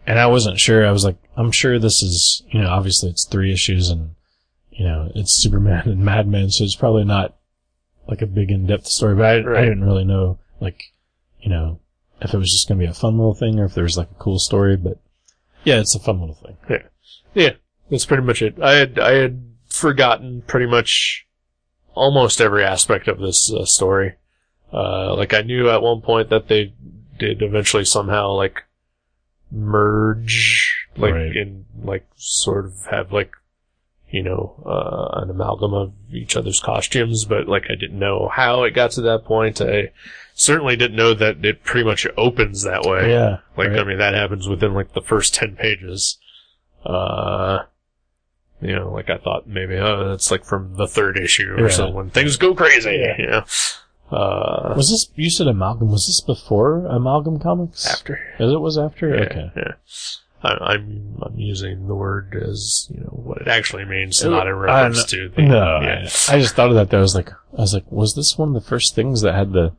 [SPEAKER 2] and I wasn't sure. I was like, I'm sure this is, you know, obviously it's three issues, and you know, it's Superman and Madman, so it's probably not like a big in depth story. But I, I
[SPEAKER 1] Right.
[SPEAKER 2] didn't really know, like, you know, if it was just going to be a fun little thing or if there was like a cool story. But yeah, it's a fun little thing.
[SPEAKER 1] Yeah, that's pretty much it. I had I had forgotten pretty much almost every aspect of this uh, story. Uh, like I knew at one point that they did eventually somehow like merge, like
[SPEAKER 2] Right.
[SPEAKER 1] in like sort of have like you know uh, an amalgam of each other's costumes, but like I didn't know how it got to that point. I certainly didn't know that it pretty much opens that way.
[SPEAKER 2] Yeah,
[SPEAKER 1] Like,
[SPEAKER 2] right.
[SPEAKER 1] I mean, that happens within like the first 10 pages. Uh, you know, like I thought maybe, oh, that's like from the third issue or
[SPEAKER 2] Yeah.
[SPEAKER 1] something. when Things go crazy,
[SPEAKER 2] Yeah.
[SPEAKER 1] you know. Uh,
[SPEAKER 2] was this you said amalgam? Was this before amalgam comics?
[SPEAKER 1] after.
[SPEAKER 2] As it was after?
[SPEAKER 1] Yeah,
[SPEAKER 2] Okay.
[SPEAKER 1] Yeah. I, I'm, I'm using the word as, you know, what it actually means,
[SPEAKER 2] Uh,
[SPEAKER 1] not in reference to the,
[SPEAKER 2] No,
[SPEAKER 1] yeah.
[SPEAKER 2] I, I just thought of that. Though. I was like, I was like, was this one of the first things that had the,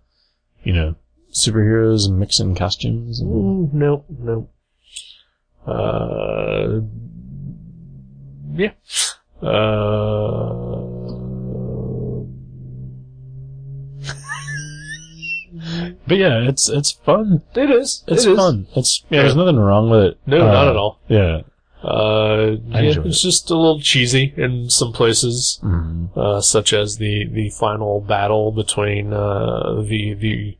[SPEAKER 2] you know, superheroes and mixing costumes? And,
[SPEAKER 1] Mm, no, no. Uh, yeah. Uh,
[SPEAKER 2] but yeah, it's it's fun.
[SPEAKER 1] (laughs) it is.
[SPEAKER 2] It's
[SPEAKER 1] it is.
[SPEAKER 2] fun. It's yeah,
[SPEAKER 1] Yeah.
[SPEAKER 2] There's nothing wrong with it.
[SPEAKER 1] No,
[SPEAKER 2] Uh,
[SPEAKER 1] not at all.
[SPEAKER 2] Yeah.
[SPEAKER 1] Uh,
[SPEAKER 2] I
[SPEAKER 1] yeah,
[SPEAKER 2] enjoyed
[SPEAKER 1] it's just a little cheesy in some places,
[SPEAKER 2] Mm.
[SPEAKER 1] uh, such as the, the final battle between uh, the the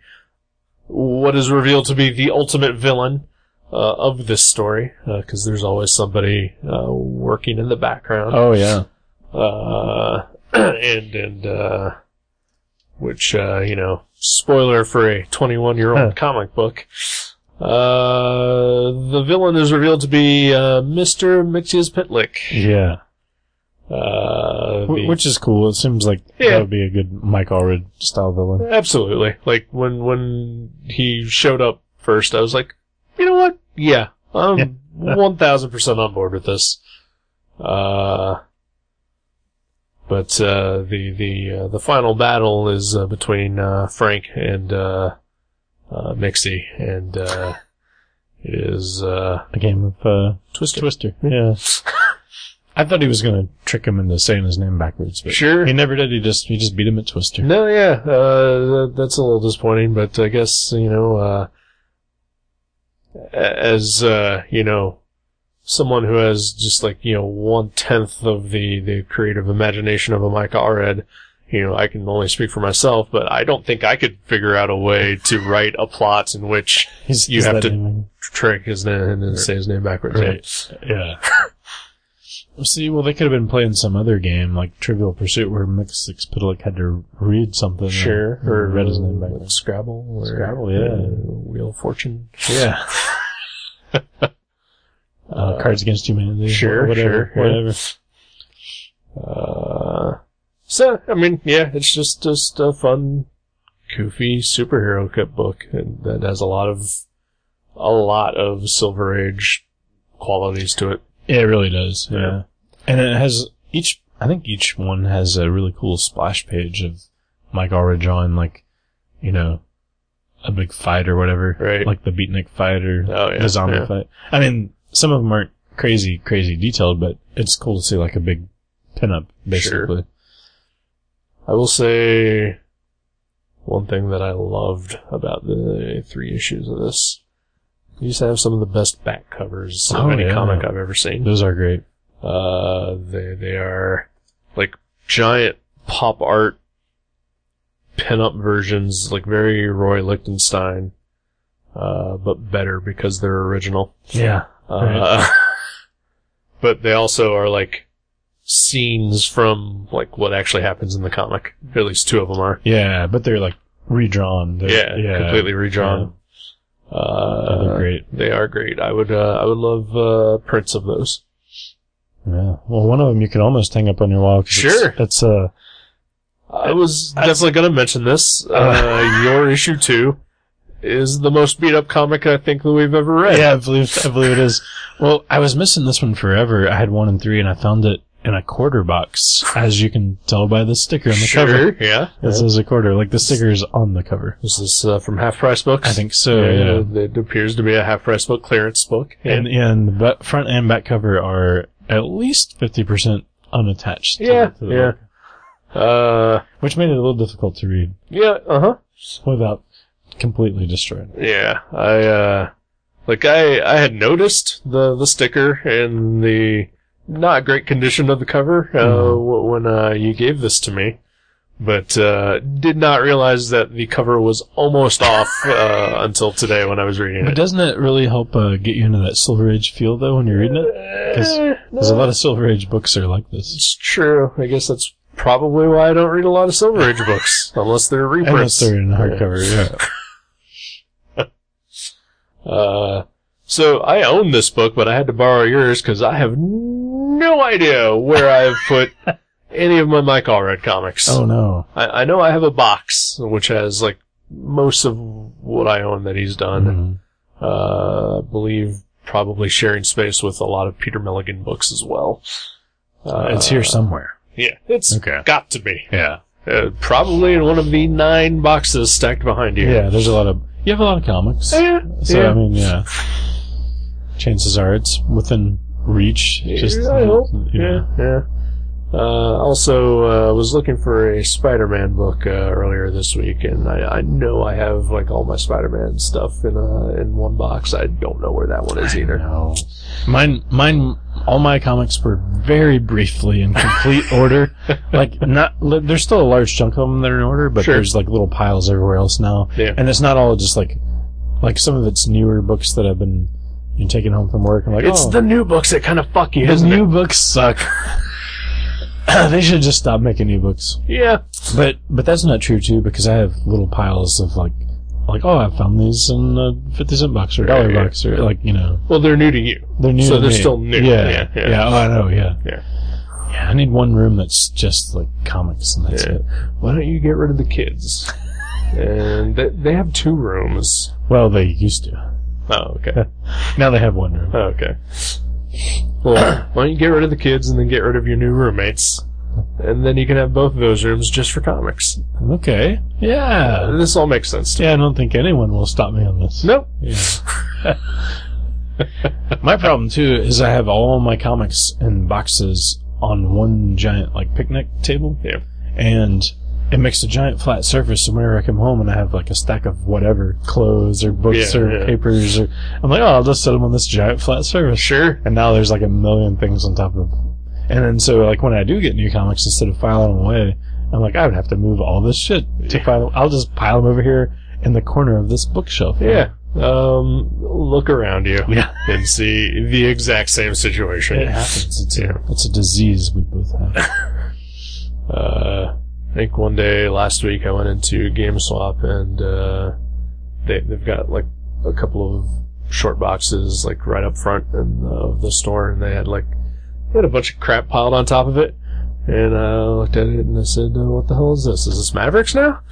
[SPEAKER 1] what is revealed to be the ultimate villain uh, of this story, because there's always somebody uh, working in the background,
[SPEAKER 2] Oh yeah.
[SPEAKER 1] uh, (clears throat) and and uh, which uh, you know, spoiler for a 21 year
[SPEAKER 2] Huh.
[SPEAKER 1] old comic book. Uh, the villain is revealed to be uh, Mr. Mixius Pitlick.
[SPEAKER 2] Yeah.
[SPEAKER 1] Uh,
[SPEAKER 2] Wh-
[SPEAKER 1] the-
[SPEAKER 2] which is cool. It seems like
[SPEAKER 1] Yeah.
[SPEAKER 2] that would be a good Mike Allred style villain.
[SPEAKER 1] absolutely. Like when when he showed up first, I was like, you know what? Yeah, (laughs) I'm 1,000 percent on board with this. Uh, but uh, the the uh, the final battle is uh, between uh, Frank and uh, uh, Mixie, and uh, it is uh,
[SPEAKER 2] A game of uh,
[SPEAKER 1] Twister.
[SPEAKER 2] Twister.
[SPEAKER 1] (laughs)
[SPEAKER 2] Yeah. I thought he was gonna trick him into saying his name backwards, but
[SPEAKER 1] Sure.
[SPEAKER 2] he never did. He just he just beat him at Twister.
[SPEAKER 1] No, yeah, uh, th- that's a little disappointing, but I guess you know, uh, a- as uh, you know, someone who has just like you know one tenth of the the creative imagination of a Mike Allred, you know, I can only speak for myself, but I don't think I could figure out a way to write a plot in which
[SPEAKER 2] He's,
[SPEAKER 1] You
[SPEAKER 2] he's
[SPEAKER 1] have
[SPEAKER 2] that
[SPEAKER 1] to-
[SPEAKER 2] name.
[SPEAKER 1] trick his name and then say his name backwards.
[SPEAKER 2] Right. Yeah. (laughs) Well, See, well, they could have been playing some other game like Trivial Pursuit, where Mix Six Pitlick had to read something.
[SPEAKER 1] Sure,
[SPEAKER 2] or, or
[SPEAKER 1] or
[SPEAKER 2] read his name
[SPEAKER 1] like
[SPEAKER 2] backwards.
[SPEAKER 1] Scrabble, or,
[SPEAKER 2] Scrabble, yeah.
[SPEAKER 1] uh, Wheel of Fortune. (laughs)
[SPEAKER 2] Yeah. uh, Cards Against Humanity.
[SPEAKER 1] Sure,
[SPEAKER 2] whatever,
[SPEAKER 1] sure, yeah.
[SPEAKER 2] whatever.
[SPEAKER 1] Uh, so I mean, yeah, it's just just a fun, goofy superhero kit book and that has a lot of a lot of Silver Age qualities to it.
[SPEAKER 2] Yeah, it really does. Yeah.
[SPEAKER 1] Yeah.
[SPEAKER 2] And it has each, I think each one has a really cool splash page of Mike Allred drawing like, you know, a big fight or whatever,
[SPEAKER 1] Right.
[SPEAKER 2] Like the Beatnik fight or
[SPEAKER 1] Oh, yeah,
[SPEAKER 2] the zombie
[SPEAKER 1] yeah.
[SPEAKER 2] fight. I mean, some of them aren't crazy, crazy detailed, but it's cool to see like a big pinup basically.
[SPEAKER 1] I will say one thing that I loved about the three issues of this. You just have some of the best back covers of
[SPEAKER 2] Oh,
[SPEAKER 1] any
[SPEAKER 2] yeah.
[SPEAKER 1] comic I've ever seen.
[SPEAKER 2] Those are great.
[SPEAKER 1] Uh, they they are like giant pop art pinup versions, like very Roy Lichtenstein, uh, but better because they're original.
[SPEAKER 2] Yeah.
[SPEAKER 1] Uh, (laughs) but they also are like scenes from like what actually happens in the comic. At least two of them are.
[SPEAKER 2] Yeah, but they're like redrawn. They're,
[SPEAKER 1] Yeah, completely redrawn.
[SPEAKER 2] Yeah,
[SPEAKER 1] Uh,
[SPEAKER 2] they're great.
[SPEAKER 1] They are great. I would uh, I would love uh, prints of those.
[SPEAKER 2] Yeah. Well, one of them you could almost hang up on your wall. 'cause it's-
[SPEAKER 1] Sure.
[SPEAKER 2] It's, uh,
[SPEAKER 1] I was definitely going to mention this. (laughs) Uh, your issue two is the most beat up comic I think that we've ever read.
[SPEAKER 2] (laughs) yeah, I believe I believe it is. Well, I was missing this one forever. I had one and three, and I found it in a quarter box, as you can tell by the sticker on the cover.
[SPEAKER 1] sure. Yeah.
[SPEAKER 2] It says a quarter, like the sticker is on the cover.
[SPEAKER 1] Is this uh, from Half Price Books?
[SPEAKER 2] I think so.
[SPEAKER 1] Yeah,
[SPEAKER 2] Yeah.
[SPEAKER 1] It appears to be a Half Price Book clearance book.
[SPEAKER 2] And and the ba- front and back cover are at least fifty percent unattached. to the-
[SPEAKER 1] Yeah,
[SPEAKER 2] to the
[SPEAKER 1] yeah.
[SPEAKER 2] book,
[SPEAKER 1] Uh,
[SPEAKER 2] which made it a little difficult to read
[SPEAKER 1] yeah. Uh huh.
[SPEAKER 2] without completely destroying. it.
[SPEAKER 1] Yeah, I uh like I I had noticed the the sticker and the not great condition of the cover uh,
[SPEAKER 2] Mhm.
[SPEAKER 1] wh- when uh, you gave this to me, but uh, did not realize that the cover was almost off
[SPEAKER 2] (laughs)
[SPEAKER 1] uh, until today when I was reading
[SPEAKER 2] But
[SPEAKER 1] it.
[SPEAKER 2] doesn't it really help uh, get you into that Silver Age feel though when you're reading it? Because
[SPEAKER 1] Eh,
[SPEAKER 2] there's a
[SPEAKER 1] no,
[SPEAKER 2] lot of Silver Age books that are like this.
[SPEAKER 1] it's true. I guess that's probably why I don't read a lot of Silver Age books unless they're reprints.
[SPEAKER 2] Unless they're in
[SPEAKER 1] Yeah.
[SPEAKER 2] hardcover. (laughs) Yeah.
[SPEAKER 1] Uh, so I own this book, but I had to borrow yours because I have no idea where I've
[SPEAKER 2] (laughs)
[SPEAKER 1] put any of my Mike Allred comics.
[SPEAKER 2] Oh no.
[SPEAKER 1] I, I know I have a box which has like most of what I own that he's done.
[SPEAKER 2] Mhm.
[SPEAKER 1] Uh, I believe probably sharing space with a lot of Peter Milligan books as well. Uh,
[SPEAKER 2] it's here somewhere.
[SPEAKER 1] Yeah, it's
[SPEAKER 2] Okay.
[SPEAKER 1] got to be.
[SPEAKER 2] Yeah.
[SPEAKER 1] Uh, probably in one of the nine boxes stacked behind you.
[SPEAKER 2] Yeah. There's a lot of you have a lot of comics.
[SPEAKER 1] Yeah.
[SPEAKER 2] So
[SPEAKER 1] yeah.
[SPEAKER 2] I mean, yeah. Chances are it's within reach. Just
[SPEAKER 1] I hope. Yeah,
[SPEAKER 2] you know.
[SPEAKER 1] yeah. Uh, also, uh, was looking for a Spider-Man book uh, earlier this week, and I, I know I have like all my Spider-Man stuff in uh, in one box. I don't know where that one is either.
[SPEAKER 2] No. Mine, mine, all my comics were very briefly in
[SPEAKER 1] (laughs)
[SPEAKER 2] complete order. Like, not, li- there's still a large chunk of them that are in order, but
[SPEAKER 1] Sure.
[SPEAKER 2] there's like little piles everywhere else now.
[SPEAKER 1] Yeah.
[SPEAKER 2] And it's not all just like, like some of it's newer books that I've been you know, taking home from work. I'm like,
[SPEAKER 1] It's
[SPEAKER 2] oh,
[SPEAKER 1] the new books that kind of fuck you,
[SPEAKER 2] the
[SPEAKER 1] isn't
[SPEAKER 2] new books suck. (laughs) they should just stop making new books.
[SPEAKER 1] it? Yeah,
[SPEAKER 2] But, but that's not true too, because I have little piles of like, like, oh, I found these in a 50 cent box or a dollar
[SPEAKER 1] Right, yeah.
[SPEAKER 2] box or like, you know.
[SPEAKER 1] well, they're new to you.
[SPEAKER 2] They're new.
[SPEAKER 1] So
[SPEAKER 2] to
[SPEAKER 1] they're
[SPEAKER 2] me.
[SPEAKER 1] still new.
[SPEAKER 2] Yeah.
[SPEAKER 1] Yeah,
[SPEAKER 2] Yeah.
[SPEAKER 1] yeah.
[SPEAKER 2] Oh, I know. Yeah.
[SPEAKER 1] Yeah.
[SPEAKER 2] Yeah. I need one room that's just like comics, and that's
[SPEAKER 1] Yeah.
[SPEAKER 2] it.
[SPEAKER 1] Why don't you get rid of the kids? and they, they have two rooms.
[SPEAKER 2] Well, they used to.
[SPEAKER 1] Oh, (laughs) okay.
[SPEAKER 2] Now they have one room.
[SPEAKER 1] Oh, okay. Well, why don't you get rid of the kids and then get rid of your new roommates? And then you can have both of those rooms just for comics.
[SPEAKER 2] Okay. Yeah.
[SPEAKER 1] This all makes sense to me.
[SPEAKER 2] Yeah. I don't think anyone will stop me on this.
[SPEAKER 1] Nope.
[SPEAKER 2] Yeah. (laughs) my problem too is I have all my comics in boxes on one giant like picnic table.
[SPEAKER 1] Yeah.
[SPEAKER 2] and it makes a giant flat surface. And whenever I come home and I have like a stack of whatever clothes or books
[SPEAKER 1] Yeah,
[SPEAKER 2] or
[SPEAKER 1] yeah.
[SPEAKER 2] papers, or I'm like, oh, I'll just set them on this giant flat surface.
[SPEAKER 1] Sure.
[SPEAKER 2] And now there's like a million things on top of. And then so like when I do get new comics, instead of filing them away, I'm like, I would have to move all this shit to file. I'll just pile them over here in the corner of this bookshelf.
[SPEAKER 1] Yeah. Um, look around you
[SPEAKER 2] Yeah.
[SPEAKER 1] (laughs) and see the exact same
[SPEAKER 2] It
[SPEAKER 1] situation.
[SPEAKER 2] happens. It's
[SPEAKER 1] Yeah.
[SPEAKER 2] a, it's a disease we both have.
[SPEAKER 1] Uh, I think one day last week I went into GameSwap and uh, they they've got like a couple of short boxes like right up front in the, of the store, and they had like they had a bunch of crap piled on top of it. And uh, I looked at it and I said, uh, "What the hell is this? Is this Mavericks now?"
[SPEAKER 2] (laughs)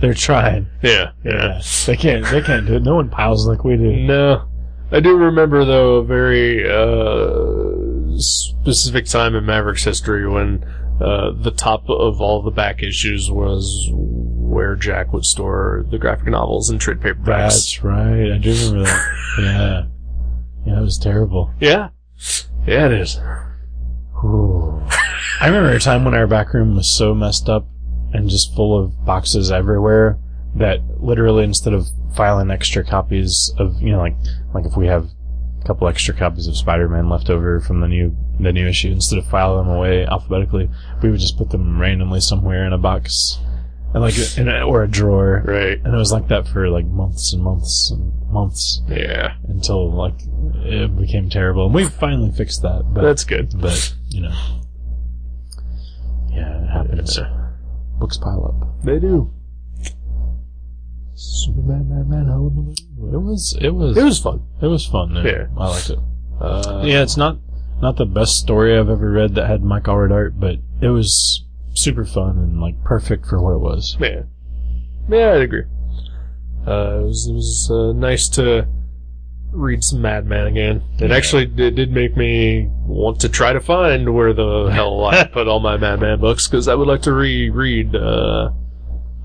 [SPEAKER 2] They're trying.
[SPEAKER 1] Yeah,
[SPEAKER 2] They can't. They can't do it. No one piles like we do.
[SPEAKER 1] No. I do remember, though, a very uh, specific time in Mavericks history when uh, the top of all the back issues was where Jack would store the graphic novels and trade paperbacks.
[SPEAKER 2] That's right. I do remember (laughs) that. yeah. Yeah, it was terrible.
[SPEAKER 1] Yeah. Yeah, it is.
[SPEAKER 2] I remember a time when our back room was so messed up and just full of boxes everywhere that literally instead of filing extra copies of you know like like if we have a couple extra copies of Spider-Man left over from the new the new issue instead of filing them away alphabetically we would just put them randomly somewhere in a box and like in a, or a drawer
[SPEAKER 1] Right.
[SPEAKER 2] and it was like that for like months and months and months
[SPEAKER 1] Yeah.
[SPEAKER 2] until like it became terrible and we finally fixed that but
[SPEAKER 1] That's good.
[SPEAKER 2] but you know, yeah, it happens. Books pile up.
[SPEAKER 1] They do.
[SPEAKER 2] Superman, Batman, Hullabaloo. It was, it was,
[SPEAKER 1] It was fun.
[SPEAKER 2] it was fun.
[SPEAKER 1] Yeah.
[SPEAKER 2] I liked it.
[SPEAKER 1] Uh,
[SPEAKER 2] yeah, it's not not the best story I've ever read that had Mike Allred art, but it was super fun and like perfect for what it was.
[SPEAKER 1] Yeah. Yeah, I'd agree. Uh, it was, it was uh, nice to read some Madman again. It
[SPEAKER 2] Yeah.
[SPEAKER 1] actually did, did make me want to try to find where the hell (laughs) I put all my Madman books because I would like to reread uh,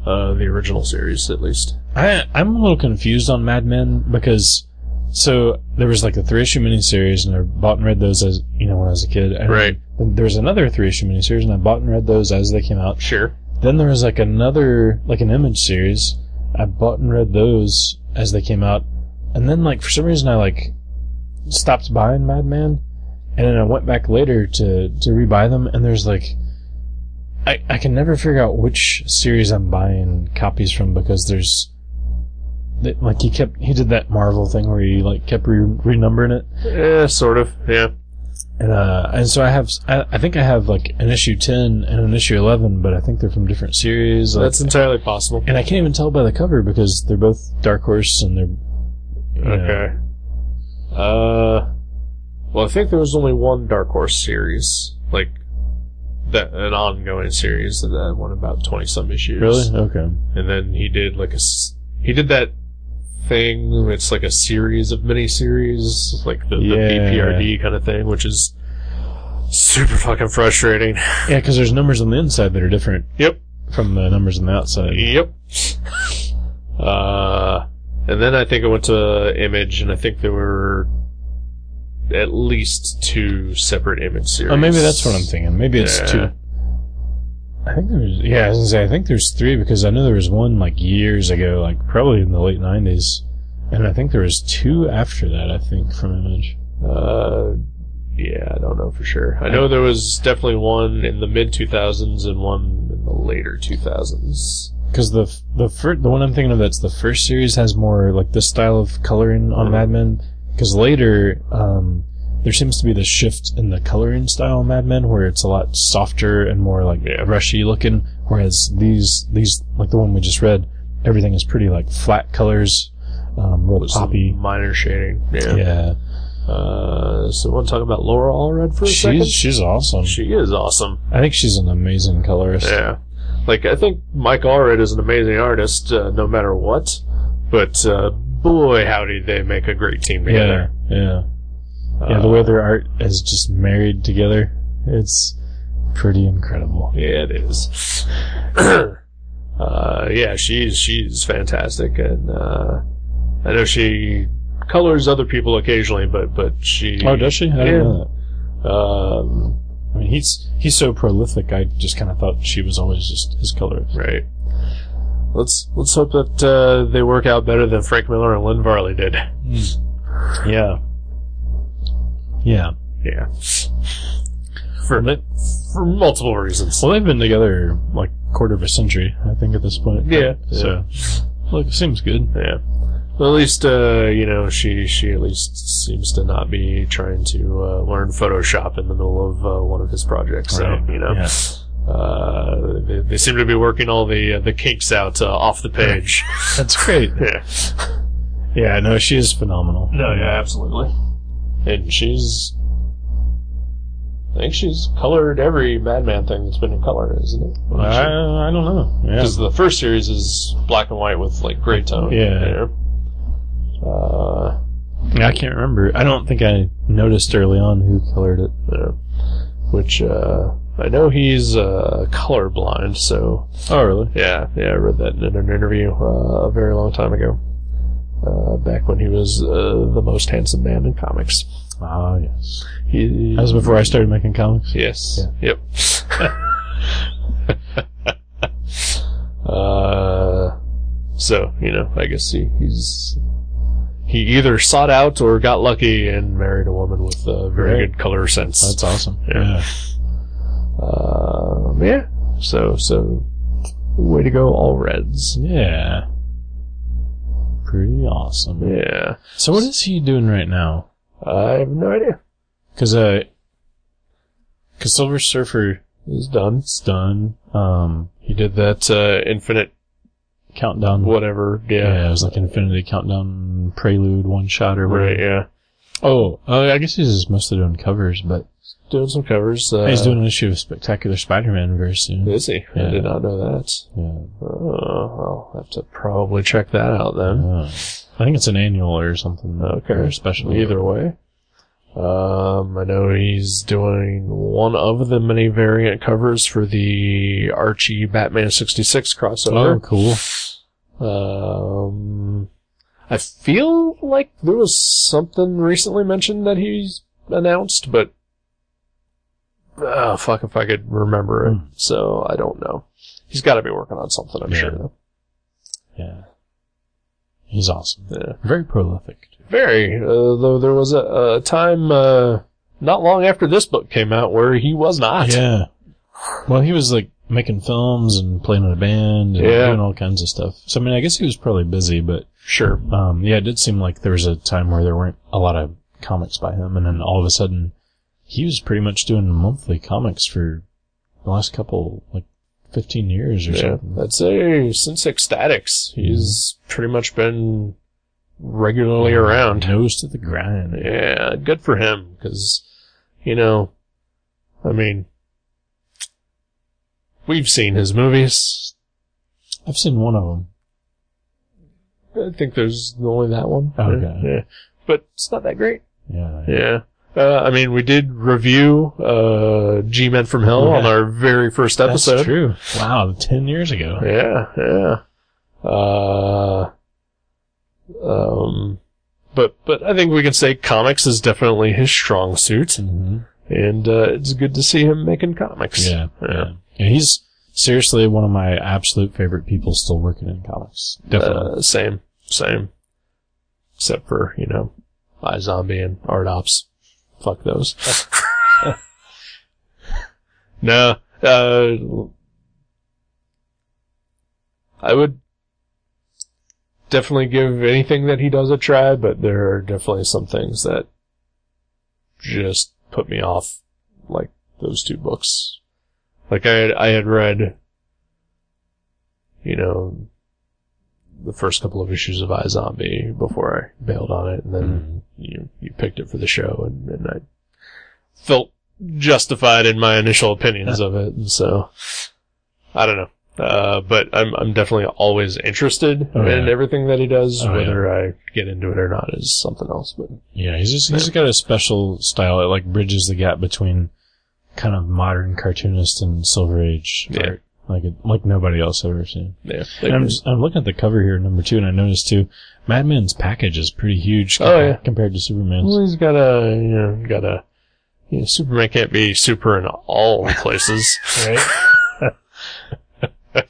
[SPEAKER 1] uh, the original series at least.
[SPEAKER 2] I I'm a little confused on Mad Men because. So there was like a three issue miniseries, and I bought and read those as you know when I was a kid. And
[SPEAKER 1] Right.
[SPEAKER 2] Then there was another three issue miniseries, and I bought and read those as they came out.
[SPEAKER 1] Sure.
[SPEAKER 2] Then there was like another, like an image series. I bought and read those as they came out. And then like for some reason I like stopped buying Madman. And then I went back later to, to rebuy them. And there's like, I, I can never figure out which series I'm buying copies from because there's, th- like he kept, he did that Marvel thing where he like kept re- renumbering it.
[SPEAKER 1] Yeah, sort of. Yeah.
[SPEAKER 2] And, uh, and so I have, I, I think I have like an issue 10 and an issue 11, but I think they're from different series. Like,
[SPEAKER 1] That's entirely possible.
[SPEAKER 2] and I can't even tell by the cover because they're both Dark Horse and they're. you know.
[SPEAKER 1] Okay. Uh, well, I think there was only one Dark Horse series, like that an ongoing series that that went about twenty some issues.
[SPEAKER 2] Really? Okay.
[SPEAKER 1] And then he did like a s- he did that thing. It's like a series of miniseries, like the,
[SPEAKER 2] Yeah.
[SPEAKER 1] the BPRD kind of thing, which is super fucking frustrating.
[SPEAKER 2] Yeah, because there's numbers on the inside that are different
[SPEAKER 1] Yep.
[SPEAKER 2] from the numbers on the outside.
[SPEAKER 1] Yep. Uh, and then I think I went to Image, and I think there were at least two separate Image series.
[SPEAKER 2] Oh, maybe that's what I'm thinking. Maybe it's
[SPEAKER 1] Yeah.
[SPEAKER 2] two. I think there's. Yeah, I was gonna say I think there's three because I know there was one like years ago, like probably in the late '90s, and I think there was two after that. I think from Image.
[SPEAKER 1] Uh, yeah, I don't know for sure. I know there was definitely one in the mid 2000s and one in the later 2000s.
[SPEAKER 2] Because the f- the fir- the one I'm thinking of that's the first series has more like this style of coloring
[SPEAKER 1] Mm-hmm.
[SPEAKER 2] on Mad Men. Because later, um, there seems to be this shift in the coloring style of Mad Men, where it's a lot softer and more like
[SPEAKER 1] Yeah.
[SPEAKER 2] brushy looking. Whereas these these like the one we just read, everything is pretty like flat colors, um, real
[SPEAKER 1] With some
[SPEAKER 2] poppy.
[SPEAKER 1] minor shading. Yeah.
[SPEAKER 2] Yeah,
[SPEAKER 1] Uh, so want to talk about Laura Allred for a second?
[SPEAKER 2] she's she's awesome.
[SPEAKER 1] She is awesome.
[SPEAKER 2] I think she's an amazing colorist.
[SPEAKER 1] Yeah. Like, I think Mike Allred is an amazing artist, uh, no matter what. But, uh, boy, howdy, they make a great team
[SPEAKER 2] yeah,
[SPEAKER 1] together.
[SPEAKER 2] yeah. Yeah, the way their art is just married together, it's pretty incredible.
[SPEAKER 1] Uh, Yeah, it is. (clears throat) uh, yeah, she's, she's fantastic. And, uh, I know she colors other people occasionally, but, but she,
[SPEAKER 2] Oh, does she? I didn't
[SPEAKER 1] Yeah.
[SPEAKER 2] know
[SPEAKER 1] um,
[SPEAKER 2] that. I mean, he's he's so prolific. I just kind of thought she was always just his colorist.
[SPEAKER 1] right. Let's, let's hope that, uh, they work out better than Frank Miller and Lynn Varley did.
[SPEAKER 2] Hmm. Yeah, yeah.
[SPEAKER 1] Yeah. For, for multiple reasons.
[SPEAKER 2] Well, they've been together like quarter of a century, I think, at this point.
[SPEAKER 1] Yeah.
[SPEAKER 2] So, look, seems good.
[SPEAKER 1] Yeah. Well, at least uh, you know she she at least seems to not be trying to uh, learn Photoshop in the middle of uh, one of his projects.
[SPEAKER 2] Right.
[SPEAKER 1] So you know,
[SPEAKER 2] Yeah.
[SPEAKER 1] uh, they, they seem to be working all the uh, the kinks out uh, off the (laughs) page.
[SPEAKER 2] That's great.
[SPEAKER 1] yeah.
[SPEAKER 2] Yeah, no, she is phenomenal.
[SPEAKER 1] No. Yeah. Absolutely. And she's. I think she's colored every Madman thing that's been in color, isn't it?
[SPEAKER 2] I, I don't know. Yeah.
[SPEAKER 1] Because the first series is black and white with like gray tone.
[SPEAKER 2] Yeah.
[SPEAKER 1] Yeah. Uh,
[SPEAKER 2] I can't remember. I don't think I noticed early on who colored it.
[SPEAKER 1] Yeah. Which, uh, I know he's uh, colorblind, so
[SPEAKER 2] Oh, really?
[SPEAKER 1] yeah, yeah, I read that in an interview uh, a very long time ago, uh, back when he was uh, the most handsome man in comics. Ah,
[SPEAKER 2] Oh, yes.
[SPEAKER 1] He,
[SPEAKER 2] That was before I started making comics.
[SPEAKER 1] Yes. Yep. (laughs) uh, so you know, I guess he, he's he either sought out or got lucky and married a woman with a very
[SPEAKER 2] Right.
[SPEAKER 1] good color sense.
[SPEAKER 2] That's awesome.
[SPEAKER 1] Yeah. Um, yeah. So so, way to go, all
[SPEAKER 2] Yeah.
[SPEAKER 1] Reds.
[SPEAKER 2] Yeah. Pretty awesome.
[SPEAKER 1] Yeah.
[SPEAKER 2] So what is he doing right now?
[SPEAKER 1] I have no idea.
[SPEAKER 2] Cause, uh, cause Silver Surfer
[SPEAKER 1] It's done.
[SPEAKER 2] is done. Um,
[SPEAKER 1] He did that uh, infinite
[SPEAKER 2] countdown.
[SPEAKER 1] whatever.
[SPEAKER 2] Yeah.
[SPEAKER 1] Yeah.
[SPEAKER 2] it was like Infinity Countdown Prelude one shot or whatever.
[SPEAKER 1] Right. Yeah.
[SPEAKER 2] Oh, uh, I guess he's just mostly doing covers, but
[SPEAKER 1] Doing some covers. Uh,
[SPEAKER 2] he's doing an issue of Spectacular Spider-Man very soon.
[SPEAKER 1] Is he? I
[SPEAKER 2] Yeah.
[SPEAKER 1] did not know that.
[SPEAKER 2] Yeah.
[SPEAKER 1] Oh, I'll Uh, have to probably check that out then.
[SPEAKER 2] Uh, I think it's an annual or something.
[SPEAKER 1] Okay.
[SPEAKER 2] Or a special.
[SPEAKER 1] Either way. Um, I know he's doing one of the many variant covers for the Archie Batman 66
[SPEAKER 2] Oh,
[SPEAKER 1] crossover.
[SPEAKER 2] cool. Oh.
[SPEAKER 1] Um, I feel like there was something recently mentioned that he's announced, but oh, fuck if I could remember it.
[SPEAKER 2] Hmm.
[SPEAKER 1] So I don't know. He's got to be working on something, I'm
[SPEAKER 2] Yeah.
[SPEAKER 1] sure. Though.
[SPEAKER 2] Yeah. He's awesome.
[SPEAKER 1] Yeah.
[SPEAKER 2] Very prolific.
[SPEAKER 1] Very, uh, though there was a, a time uh, not long after this book came out where he was not.
[SPEAKER 2] Yeah. Well, he was like making films and playing in a band and
[SPEAKER 1] Yeah.
[SPEAKER 2] doing all kinds of stuff. So, I mean, I guess he was probably busy, but,
[SPEAKER 1] Sure.
[SPEAKER 2] um, yeah, it did seem like there was a time where there weren't a lot of comics by him. And then all of a sudden, he was pretty much doing monthly comics for the last couple, like 15 years or
[SPEAKER 1] Yeah,
[SPEAKER 2] something.
[SPEAKER 1] I'd say since Ecstatics, he's pretty much been regularly around.
[SPEAKER 2] Nose to the grind.
[SPEAKER 1] Yeah, good for him, because, you know, I mean, we've seen his movies.
[SPEAKER 2] I've seen one of them.
[SPEAKER 1] I think there's only that one.
[SPEAKER 2] Okay.
[SPEAKER 1] Yeah. But it's not that great.
[SPEAKER 2] Yeah.
[SPEAKER 1] Yeah. Uh, I mean, we did review uh, G Men from Hell on
[SPEAKER 2] Yeah.
[SPEAKER 1] our very first
[SPEAKER 2] That's
[SPEAKER 1] episode.
[SPEAKER 2] true. Wow, 10 years ago.
[SPEAKER 1] Yeah, yeah. Uh, um, but but I think we can say comics is definitely his strong suit,
[SPEAKER 2] hmm
[SPEAKER 1] and uh, it's good to see him making comics.
[SPEAKER 2] Yeah,
[SPEAKER 1] Yeah.
[SPEAKER 2] yeah. Yeah, he's seriously one of my absolute favorite people still working in comics. Definitely.
[SPEAKER 1] Uh, same, same. Except for you know, iZombie and Art Ops. Fuck those. (laughs) no, uh, I would definitely give anything that he does a try, but there are definitely some things that just put me off, like those two books. Like I, I had read, you know, the first couple of issues of iZombie before I bailed on it, and
[SPEAKER 2] Mm-hmm.
[SPEAKER 1] then you you picked it for the show, and, and I felt justified in my initial opinions of it, and so I don't know. Uh, but I'm I'm definitely always interested
[SPEAKER 2] Oh,
[SPEAKER 1] in
[SPEAKER 2] yeah.
[SPEAKER 1] everything that he does,
[SPEAKER 2] Oh, yeah.
[SPEAKER 1] whether I get into it or not is something else. But
[SPEAKER 2] yeah, he's just, he's got a special style. It like bridges the gap between kind of modern cartoonist and Silver Age
[SPEAKER 1] Yeah.
[SPEAKER 2] art. Like, it, like nobody else I've ever seen.
[SPEAKER 1] yeah,
[SPEAKER 2] And I'm, just, I'm looking at the cover here, number two, and I noticed too, Madman's package is pretty huge
[SPEAKER 1] Oh,
[SPEAKER 2] compa-
[SPEAKER 1] yeah.
[SPEAKER 2] compared to Superman's.
[SPEAKER 1] well, he's got a you know got a you know, Superman can't be super in all (laughs) places.
[SPEAKER 2] Right?
[SPEAKER 1] Of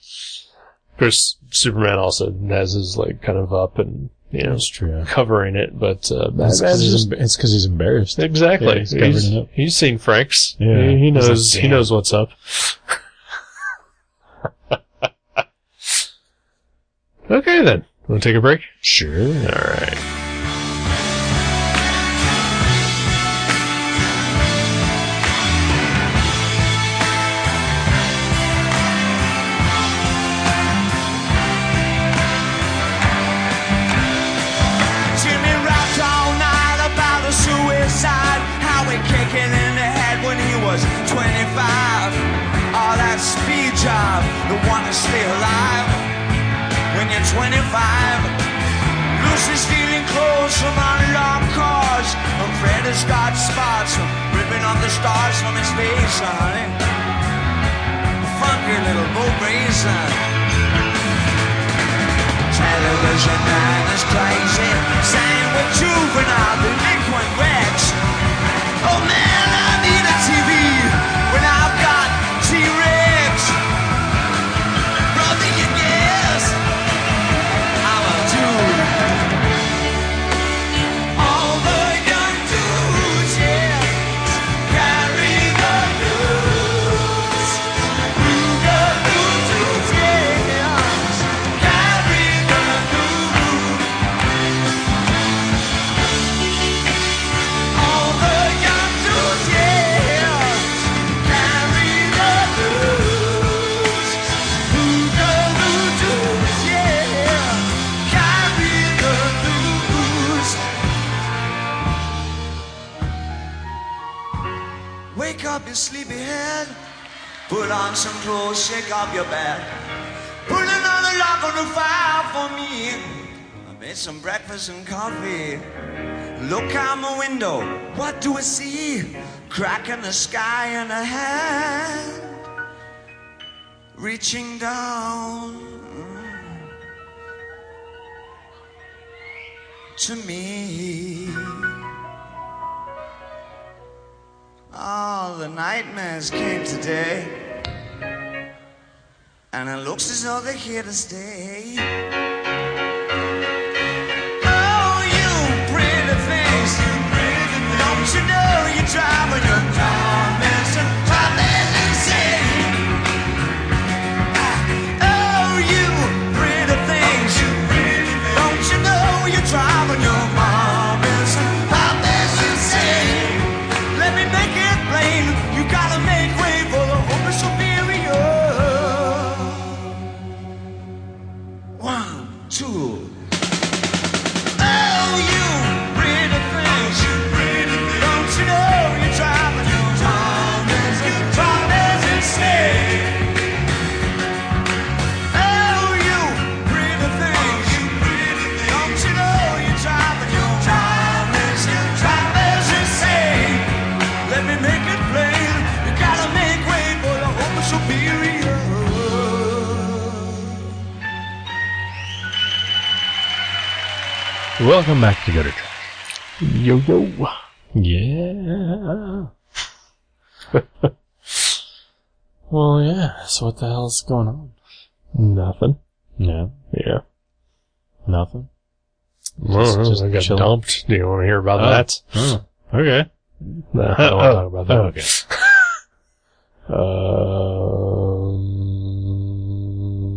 [SPEAKER 1] course, Superman also has his leg kind of up and you know
[SPEAKER 2] That's true.
[SPEAKER 1] covering it, but uh, Batman's
[SPEAKER 2] It's because he's,
[SPEAKER 1] just-
[SPEAKER 2] emb- it's 'cause he's embarrassed.
[SPEAKER 1] exactly
[SPEAKER 2] yeah, he's covering
[SPEAKER 1] he's,
[SPEAKER 2] it up.
[SPEAKER 1] he's seen Frank's.
[SPEAKER 2] Yeah.
[SPEAKER 1] He, he
[SPEAKER 2] He's like,
[SPEAKER 1] knows he
[SPEAKER 2] "Damn."
[SPEAKER 1] knows what's up. (laughs) okay, then. Want to take a break?
[SPEAKER 2] Sure.
[SPEAKER 1] All right.
[SPEAKER 3] Jimmy rapped all night about the suicide, how it kicked him in the head when he was 25. All that speed job, the one to stay alive when you're 25. Lucy stealing clothes from unlocked cars, and Fred has got spots from ripping off the stars from his face, honey. funky little vibration. Television man is crazy, sang with juvenile delinquent wrecks. Oh man, I need a TV when I've got T-Rex. Brother, you guess I'm a dude. All the young dudes, yeah, carry the news. The new dudes, yeah, carry the news. All the young dudes, yeah, carry the news. The new dudes, yeah, carry the news. Wake up your sleepy head. Put on some clothes, shake off your bed. Put another log on the fire for me. I made some breakfast and coffee. Look out my window, what do I see? Crack in the sky and a hand reaching down to me. Oh, the nightmares came today. And it looks as though they're here to stay. Oh, you pretty face. Don't you know you're driving your torments and torment insane? Oh, you pretty things. Don't you know you're driving your torments and torments insane? Let me make it plain. You gotta make way for the hope is superior. One, two. Oh, you pretty things. You pretty things. Don't you know you're driving your town as you drive as insane? Oh, you pretty things. You pretty things. Don't you know you're driving your town as you drive as insane? Let me make it plain. You gotta make way for the hope of superior.
[SPEAKER 2] Welcome back to Gutter Trash.
[SPEAKER 1] Yo yo.
[SPEAKER 2] Yeah. (laughs) well, yeah. So what the hell's going on?
[SPEAKER 1] Nothing.
[SPEAKER 2] Yeah,
[SPEAKER 1] Yeah.
[SPEAKER 2] nothing.
[SPEAKER 1] Well,
[SPEAKER 2] Just- just
[SPEAKER 1] I got
[SPEAKER 2] chilling.
[SPEAKER 1] dumped. Do you want to hear about
[SPEAKER 2] Oh.
[SPEAKER 1] that?
[SPEAKER 2] Oh, okay.
[SPEAKER 1] No, I don't want to
[SPEAKER 2] Oh,
[SPEAKER 1] talk about that.
[SPEAKER 2] oh, okay.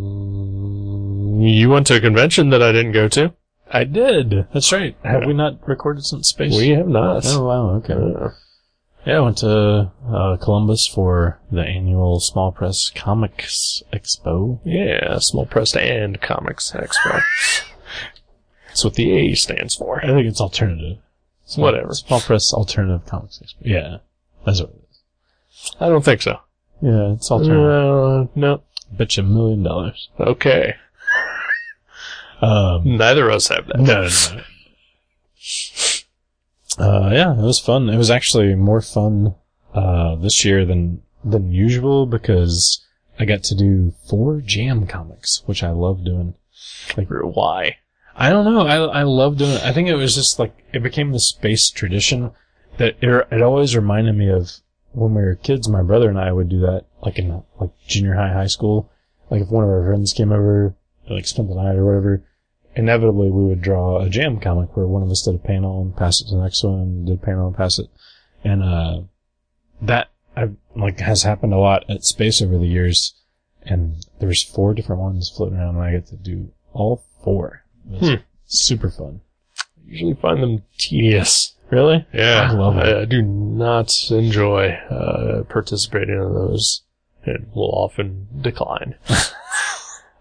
[SPEAKER 1] Um, you went to a convention that I didn't go to.
[SPEAKER 2] I did. That's right. Have we not recorded since space?
[SPEAKER 1] We have not.
[SPEAKER 2] Oh wow. Okay.
[SPEAKER 1] Uh,
[SPEAKER 2] Yeah, I went to uh, Columbus for the annual Small Press Comics Expo.
[SPEAKER 1] yeah, small press and comics expo. That's what the A stands for.
[SPEAKER 2] I think it's alternative. Small,
[SPEAKER 1] Whatever.
[SPEAKER 2] Small Press Alternative Comics Expo. Yeah, that's what it is.
[SPEAKER 1] I don't think so.
[SPEAKER 2] Yeah, it's alternative.
[SPEAKER 1] Uh, no.
[SPEAKER 2] Bet you a million dollars.
[SPEAKER 1] Okay.
[SPEAKER 2] (laughs) Um,
[SPEAKER 1] Neither of us have that.
[SPEAKER 2] No, no, no. Uh, yeah, it was fun. It was actually more fun uh, this year than than usual because I got to do four jam comics, which I love doing.
[SPEAKER 1] Why?
[SPEAKER 2] I don't know. I I love doing. It. I think it was just like it became the space tradition that it, it always reminded me of when we were kids. My brother and I would do that, like in like junior high, high school. Like if one of our friends came over, like spent the night or whatever, inevitably we would draw a jam comic where one of us did a panel and pass it to the next one, did a panel and pass it, and uh, that I like has happened a lot at space over the years. And there's four different ones floating around, and I get to do all four. It was
[SPEAKER 1] Hmm.
[SPEAKER 2] Super fun.
[SPEAKER 1] usually find them tedious.
[SPEAKER 2] Really?
[SPEAKER 1] Yeah,
[SPEAKER 2] I love it.
[SPEAKER 1] I, I do not enjoy uh, participating in those, and will often decline.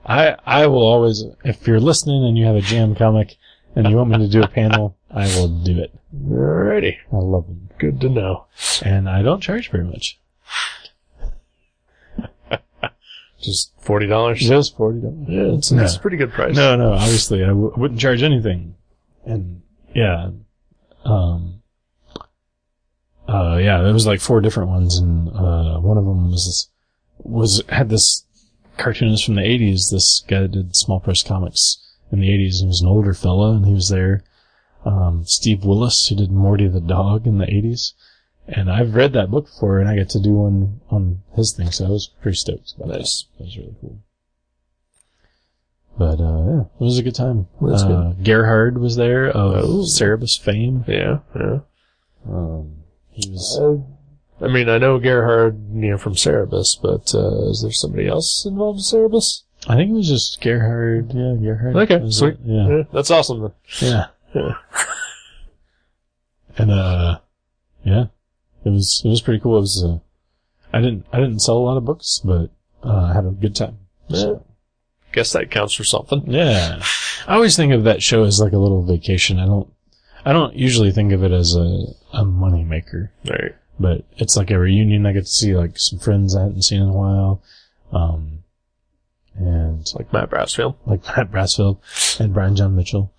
[SPEAKER 2] I I will always, if you're listening and you have a jam comic and you want me to do a panel, I will do it.
[SPEAKER 1] Alrighty,
[SPEAKER 2] I love them,
[SPEAKER 1] good to know.
[SPEAKER 2] and I don't charge very much.
[SPEAKER 1] Just forty dollars.
[SPEAKER 2] Just forty dollars.
[SPEAKER 1] Yeah, it's,
[SPEAKER 2] No.
[SPEAKER 1] it's a pretty good price.
[SPEAKER 2] No, no. Obviously, I w- wouldn't charge anything. And yeah, um, uh, yeah. It was like four different ones, and uh, one of them was was had this cartoonist from the '80s. This guy that did small press comics in the '80s. He was an older fella, and he was there. Um, Steve Willis, who did Morty the dog in the '80s, and I've read that book before, and I got to do one on his thing, so I was pretty stoked about that.
[SPEAKER 1] Nice.
[SPEAKER 2] That was really cool. But uh, yeah, it was a good time.
[SPEAKER 1] Well, that's Oh.
[SPEAKER 2] uh, Gerhard was there of Cerebus fame.
[SPEAKER 1] Yeah, yeah.
[SPEAKER 2] Um, he was.
[SPEAKER 1] Uh, I mean, I know Gerhard, you know, from Cerebus, but uh, is there somebody else involved in Cerebus?
[SPEAKER 2] I think it was just Gerhard. Yeah, Gerhard.
[SPEAKER 1] Okay,
[SPEAKER 2] was
[SPEAKER 1] sweet.
[SPEAKER 2] it? Yeah.
[SPEAKER 1] Yeah, that's awesome. Then.
[SPEAKER 2] Yeah.
[SPEAKER 1] Yeah.
[SPEAKER 2] and uh yeah. It was it was pretty cool. It was uh, I didn't I didn't sell a lot of books, but uh, I had a good time. So,
[SPEAKER 1] Guess that counts for something.
[SPEAKER 2] yeah. I always think of that show as like a little vacation. I don't I don't usually think of it as a a money maker,
[SPEAKER 1] Right.
[SPEAKER 2] but it's like a reunion. I get to see like some friends I hadn't seen in a while. Um and
[SPEAKER 1] Like Matt Brassfield.
[SPEAKER 2] like Matt Brassfield and Brian John Mitchell.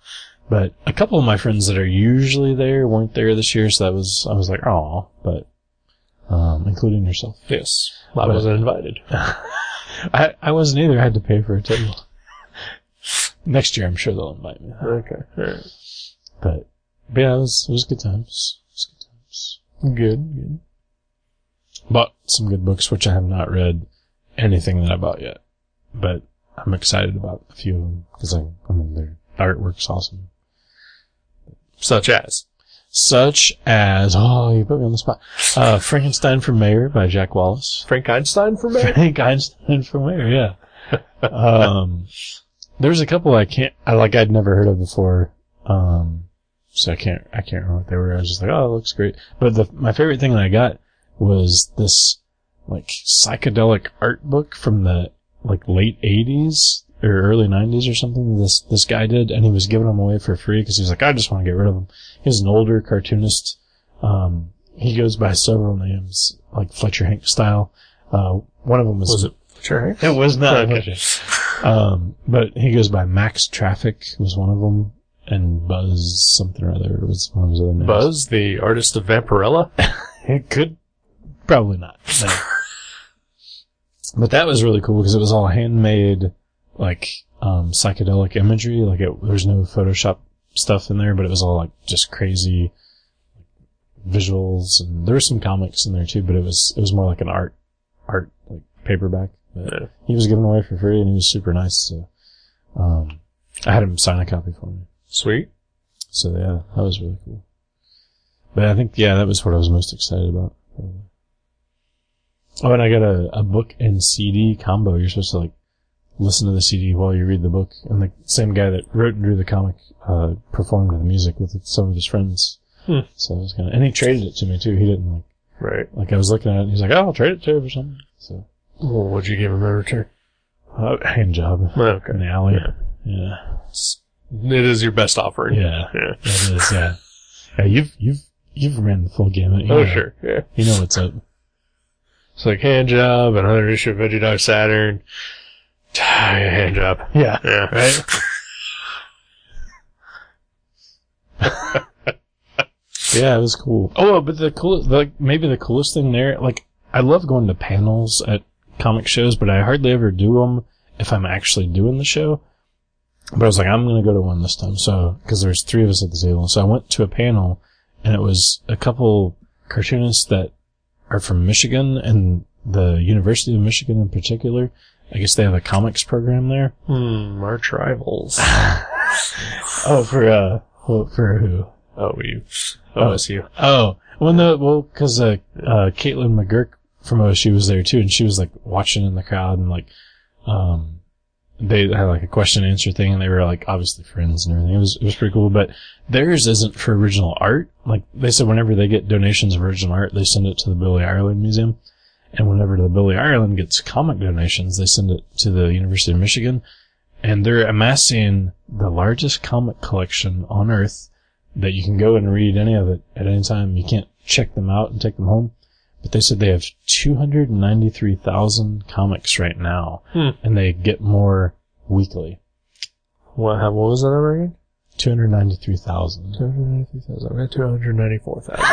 [SPEAKER 2] But a couple of my friends that are usually there weren't there this year, so that was I was like, oh, but um, including yourself. (laughs)
[SPEAKER 1] Yes. I
[SPEAKER 2] But-
[SPEAKER 1] wasn't invited.
[SPEAKER 2] I, I wasn't either. I had to pay for a table. (laughs) Next year, I'm sure they'll invite me.
[SPEAKER 1] Okay. All right.
[SPEAKER 2] But, but yeah, it was it was good times. It was good times.
[SPEAKER 1] Good. Good.
[SPEAKER 2] Bought some good books, which I have not read anything that I bought yet, but I'm excited about a few of them because I, I mean, their artwork's awesome.
[SPEAKER 1] Such as.
[SPEAKER 2] such as oh you put me on the spot uh, frankenstein for mayor by jack wallace
[SPEAKER 1] Frank Einstein for me?
[SPEAKER 2] frank einstein for mayor yeah um, there's a couple i can't i like i'd never heard of before um, so i can't i can't remember what they were i was just like oh it looks great but the my favorite thing that i got was this like psychedelic art book from the like late 80s or early 90s or something this this guy did and he was giving them away for free because he was like i just want to get rid of them he was an older cartoonist um he goes by several names like fletcher hank style uh one of them was,
[SPEAKER 1] Was
[SPEAKER 2] (laughs)
[SPEAKER 1] it? Sure.
[SPEAKER 2] it was not
[SPEAKER 1] Okay.
[SPEAKER 2] Fletcher. um but he goes by max traffic was one of them and buzz something or other was one of his other names
[SPEAKER 1] Buzz, the artist of Vampirella.
[SPEAKER 2] it could, probably not. no. but that was really cool because it was all handmade, like um, psychedelic imagery. Like it, there's no Photoshop stuff in there, but it was all like just crazy visuals, and there were some comics in there too. But it was it was more like an art art like paperback. But
[SPEAKER 1] Yeah.
[SPEAKER 2] He was given away for free, and he was super nice. So um, I had him sign a copy for me.
[SPEAKER 1] Sweet.
[SPEAKER 2] So yeah, that was really cool. But I think yeah, that was what I was most excited about. Probably. Oh, and I got a, a book and CD combo. You're supposed to like listen to the CD while you read the book, and the same guy that wrote and drew the comic uh, performed the music with some of his friends.
[SPEAKER 1] Hmm.
[SPEAKER 2] So I was kind of, and he traded it to me too. He didn't like
[SPEAKER 1] Right.
[SPEAKER 2] like I was looking at it, and he's like, "Oh, I'll trade it to you for something." So
[SPEAKER 1] Well, what'd you give him in return?
[SPEAKER 2] uh, hand job in
[SPEAKER 1] Okay.
[SPEAKER 2] the alley.
[SPEAKER 1] Yeah.
[SPEAKER 2] yeah.
[SPEAKER 1] It is your best offering.
[SPEAKER 2] Yeah.
[SPEAKER 1] Yeah.
[SPEAKER 2] That is, yeah. Yeah, you've you've you've ran the full gamut. You
[SPEAKER 1] Oh,
[SPEAKER 2] know-
[SPEAKER 1] sure. Yeah.
[SPEAKER 2] You know what's up.
[SPEAKER 1] It's like hand job, another issue of Veggie Dog Saturn. hand job.
[SPEAKER 2] Yeah.
[SPEAKER 1] Yeah.
[SPEAKER 2] (laughs) Right? yeah, it was cool. Oh, but the cool, like maybe the coolest thing there, like I love going to panels at comic shows, but I hardly ever do them if I'm actually doing the show. But I was like, I'm gonna go to one this time, so because there's three of us at the table, so I went to a panel, and it was a couple cartoonists that are from Michigan and the University of Michigan in particular. I guess they have a comics program there.
[SPEAKER 1] Hmm, March
[SPEAKER 2] (laughs)
[SPEAKER 1] Rivals.
[SPEAKER 2] Oh, for uh, well, for who?
[SPEAKER 1] Oh, you. OSU.
[SPEAKER 2] Oh, well, no, well, because uh, uh, Caitlin McGurk from OSU was there too, and she was like watching in the crowd, and like, um, they had like a question and answer thing, and they were like obviously friends and everything. It was it was pretty cool, but theirs isn't for original art. Like they said, whenever they get donations of original art, they send it to the Billy Ireland Museum, and whenever the Billy Ireland gets comic donations, they send it to the University of Michigan, and they're amassing the largest comic collection on Earth that you can go and read any of it at any time. You can't check them out and take them home. But they said they have 293,000 comics right now,
[SPEAKER 1] Hmm.
[SPEAKER 2] and they get more weekly.
[SPEAKER 1] What, how- what was that number again?
[SPEAKER 2] 293,000.
[SPEAKER 1] 293,000. Okay, 294,000.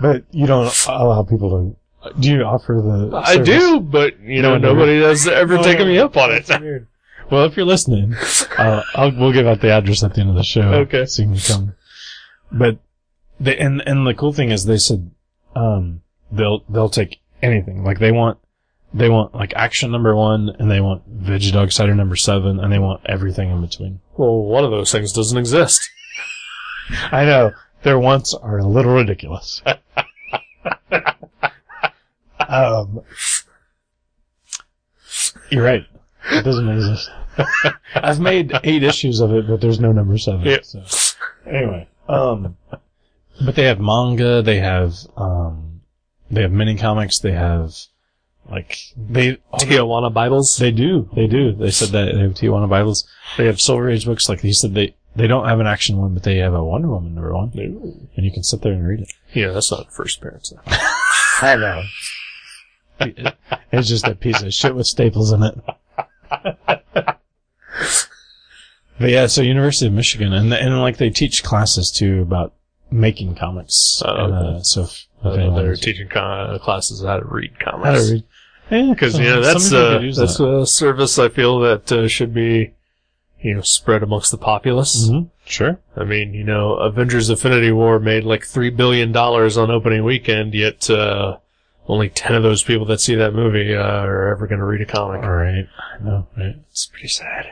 [SPEAKER 2] But you don't allow people Do you offer the?
[SPEAKER 1] I
[SPEAKER 2] service?
[SPEAKER 1] do, but you know
[SPEAKER 2] No, no,
[SPEAKER 1] nobody has ever
[SPEAKER 2] No,
[SPEAKER 1] taken
[SPEAKER 2] no.
[SPEAKER 1] me up on it. (laughs)
[SPEAKER 2] Weird. Well, if you're listening, uh, I'll, we'll give out the address at the end of the show.
[SPEAKER 1] Okay.
[SPEAKER 2] so you can come. But they and and the cool thing is they said um, they'll they'll take anything. Like they want they want like action number one, and they want veggie dog cider number seven, and they want everything in between.
[SPEAKER 1] Well, one of those things doesn't exist.
[SPEAKER 2] (laughs) I know their wants are a little ridiculous. (laughs) um, you're right. It doesn't exist. (laughs) I've made eight issues of it, but there's no number seven.
[SPEAKER 1] Yep.
[SPEAKER 2] So. Anyway, um, but they have manga. They have um, they have mini comics. They have like they
[SPEAKER 1] Tijuana Bibles.
[SPEAKER 2] they do. They do. They said that they have Tijuana Bibles. They have Silver Age books. Like he said, they they don't have an action one, but they have a Wonder Woman number one, and you can sit there and read it.
[SPEAKER 1] Yeah, that's not first appearance. though.
[SPEAKER 2] I know. it's just a piece of shit with staples in it. but yeah, so University of Michigan, and and like they teach classes too about making comics.
[SPEAKER 1] Oh,
[SPEAKER 2] And,
[SPEAKER 1] okay.
[SPEAKER 2] uh, so if, if
[SPEAKER 1] Uh,
[SPEAKER 2] anyone's-
[SPEAKER 1] they're teaching con- classes how to read comics.
[SPEAKER 2] how to read. Yeah,
[SPEAKER 1] because
[SPEAKER 2] some-
[SPEAKER 1] you know
[SPEAKER 2] some
[SPEAKER 1] that's
[SPEAKER 2] people
[SPEAKER 1] uh,
[SPEAKER 2] could use
[SPEAKER 1] that's
[SPEAKER 2] that.
[SPEAKER 1] a service I feel that uh, should be you know spread amongst the populace.
[SPEAKER 2] Mhm. sure.
[SPEAKER 1] I mean, you know, Avengers: Infinity War made like three billion dollars on opening weekend, yet uh, only ten of those people that see that movie uh, are ever going to read a comic.
[SPEAKER 2] All right. I know. Right.
[SPEAKER 1] It's pretty sad.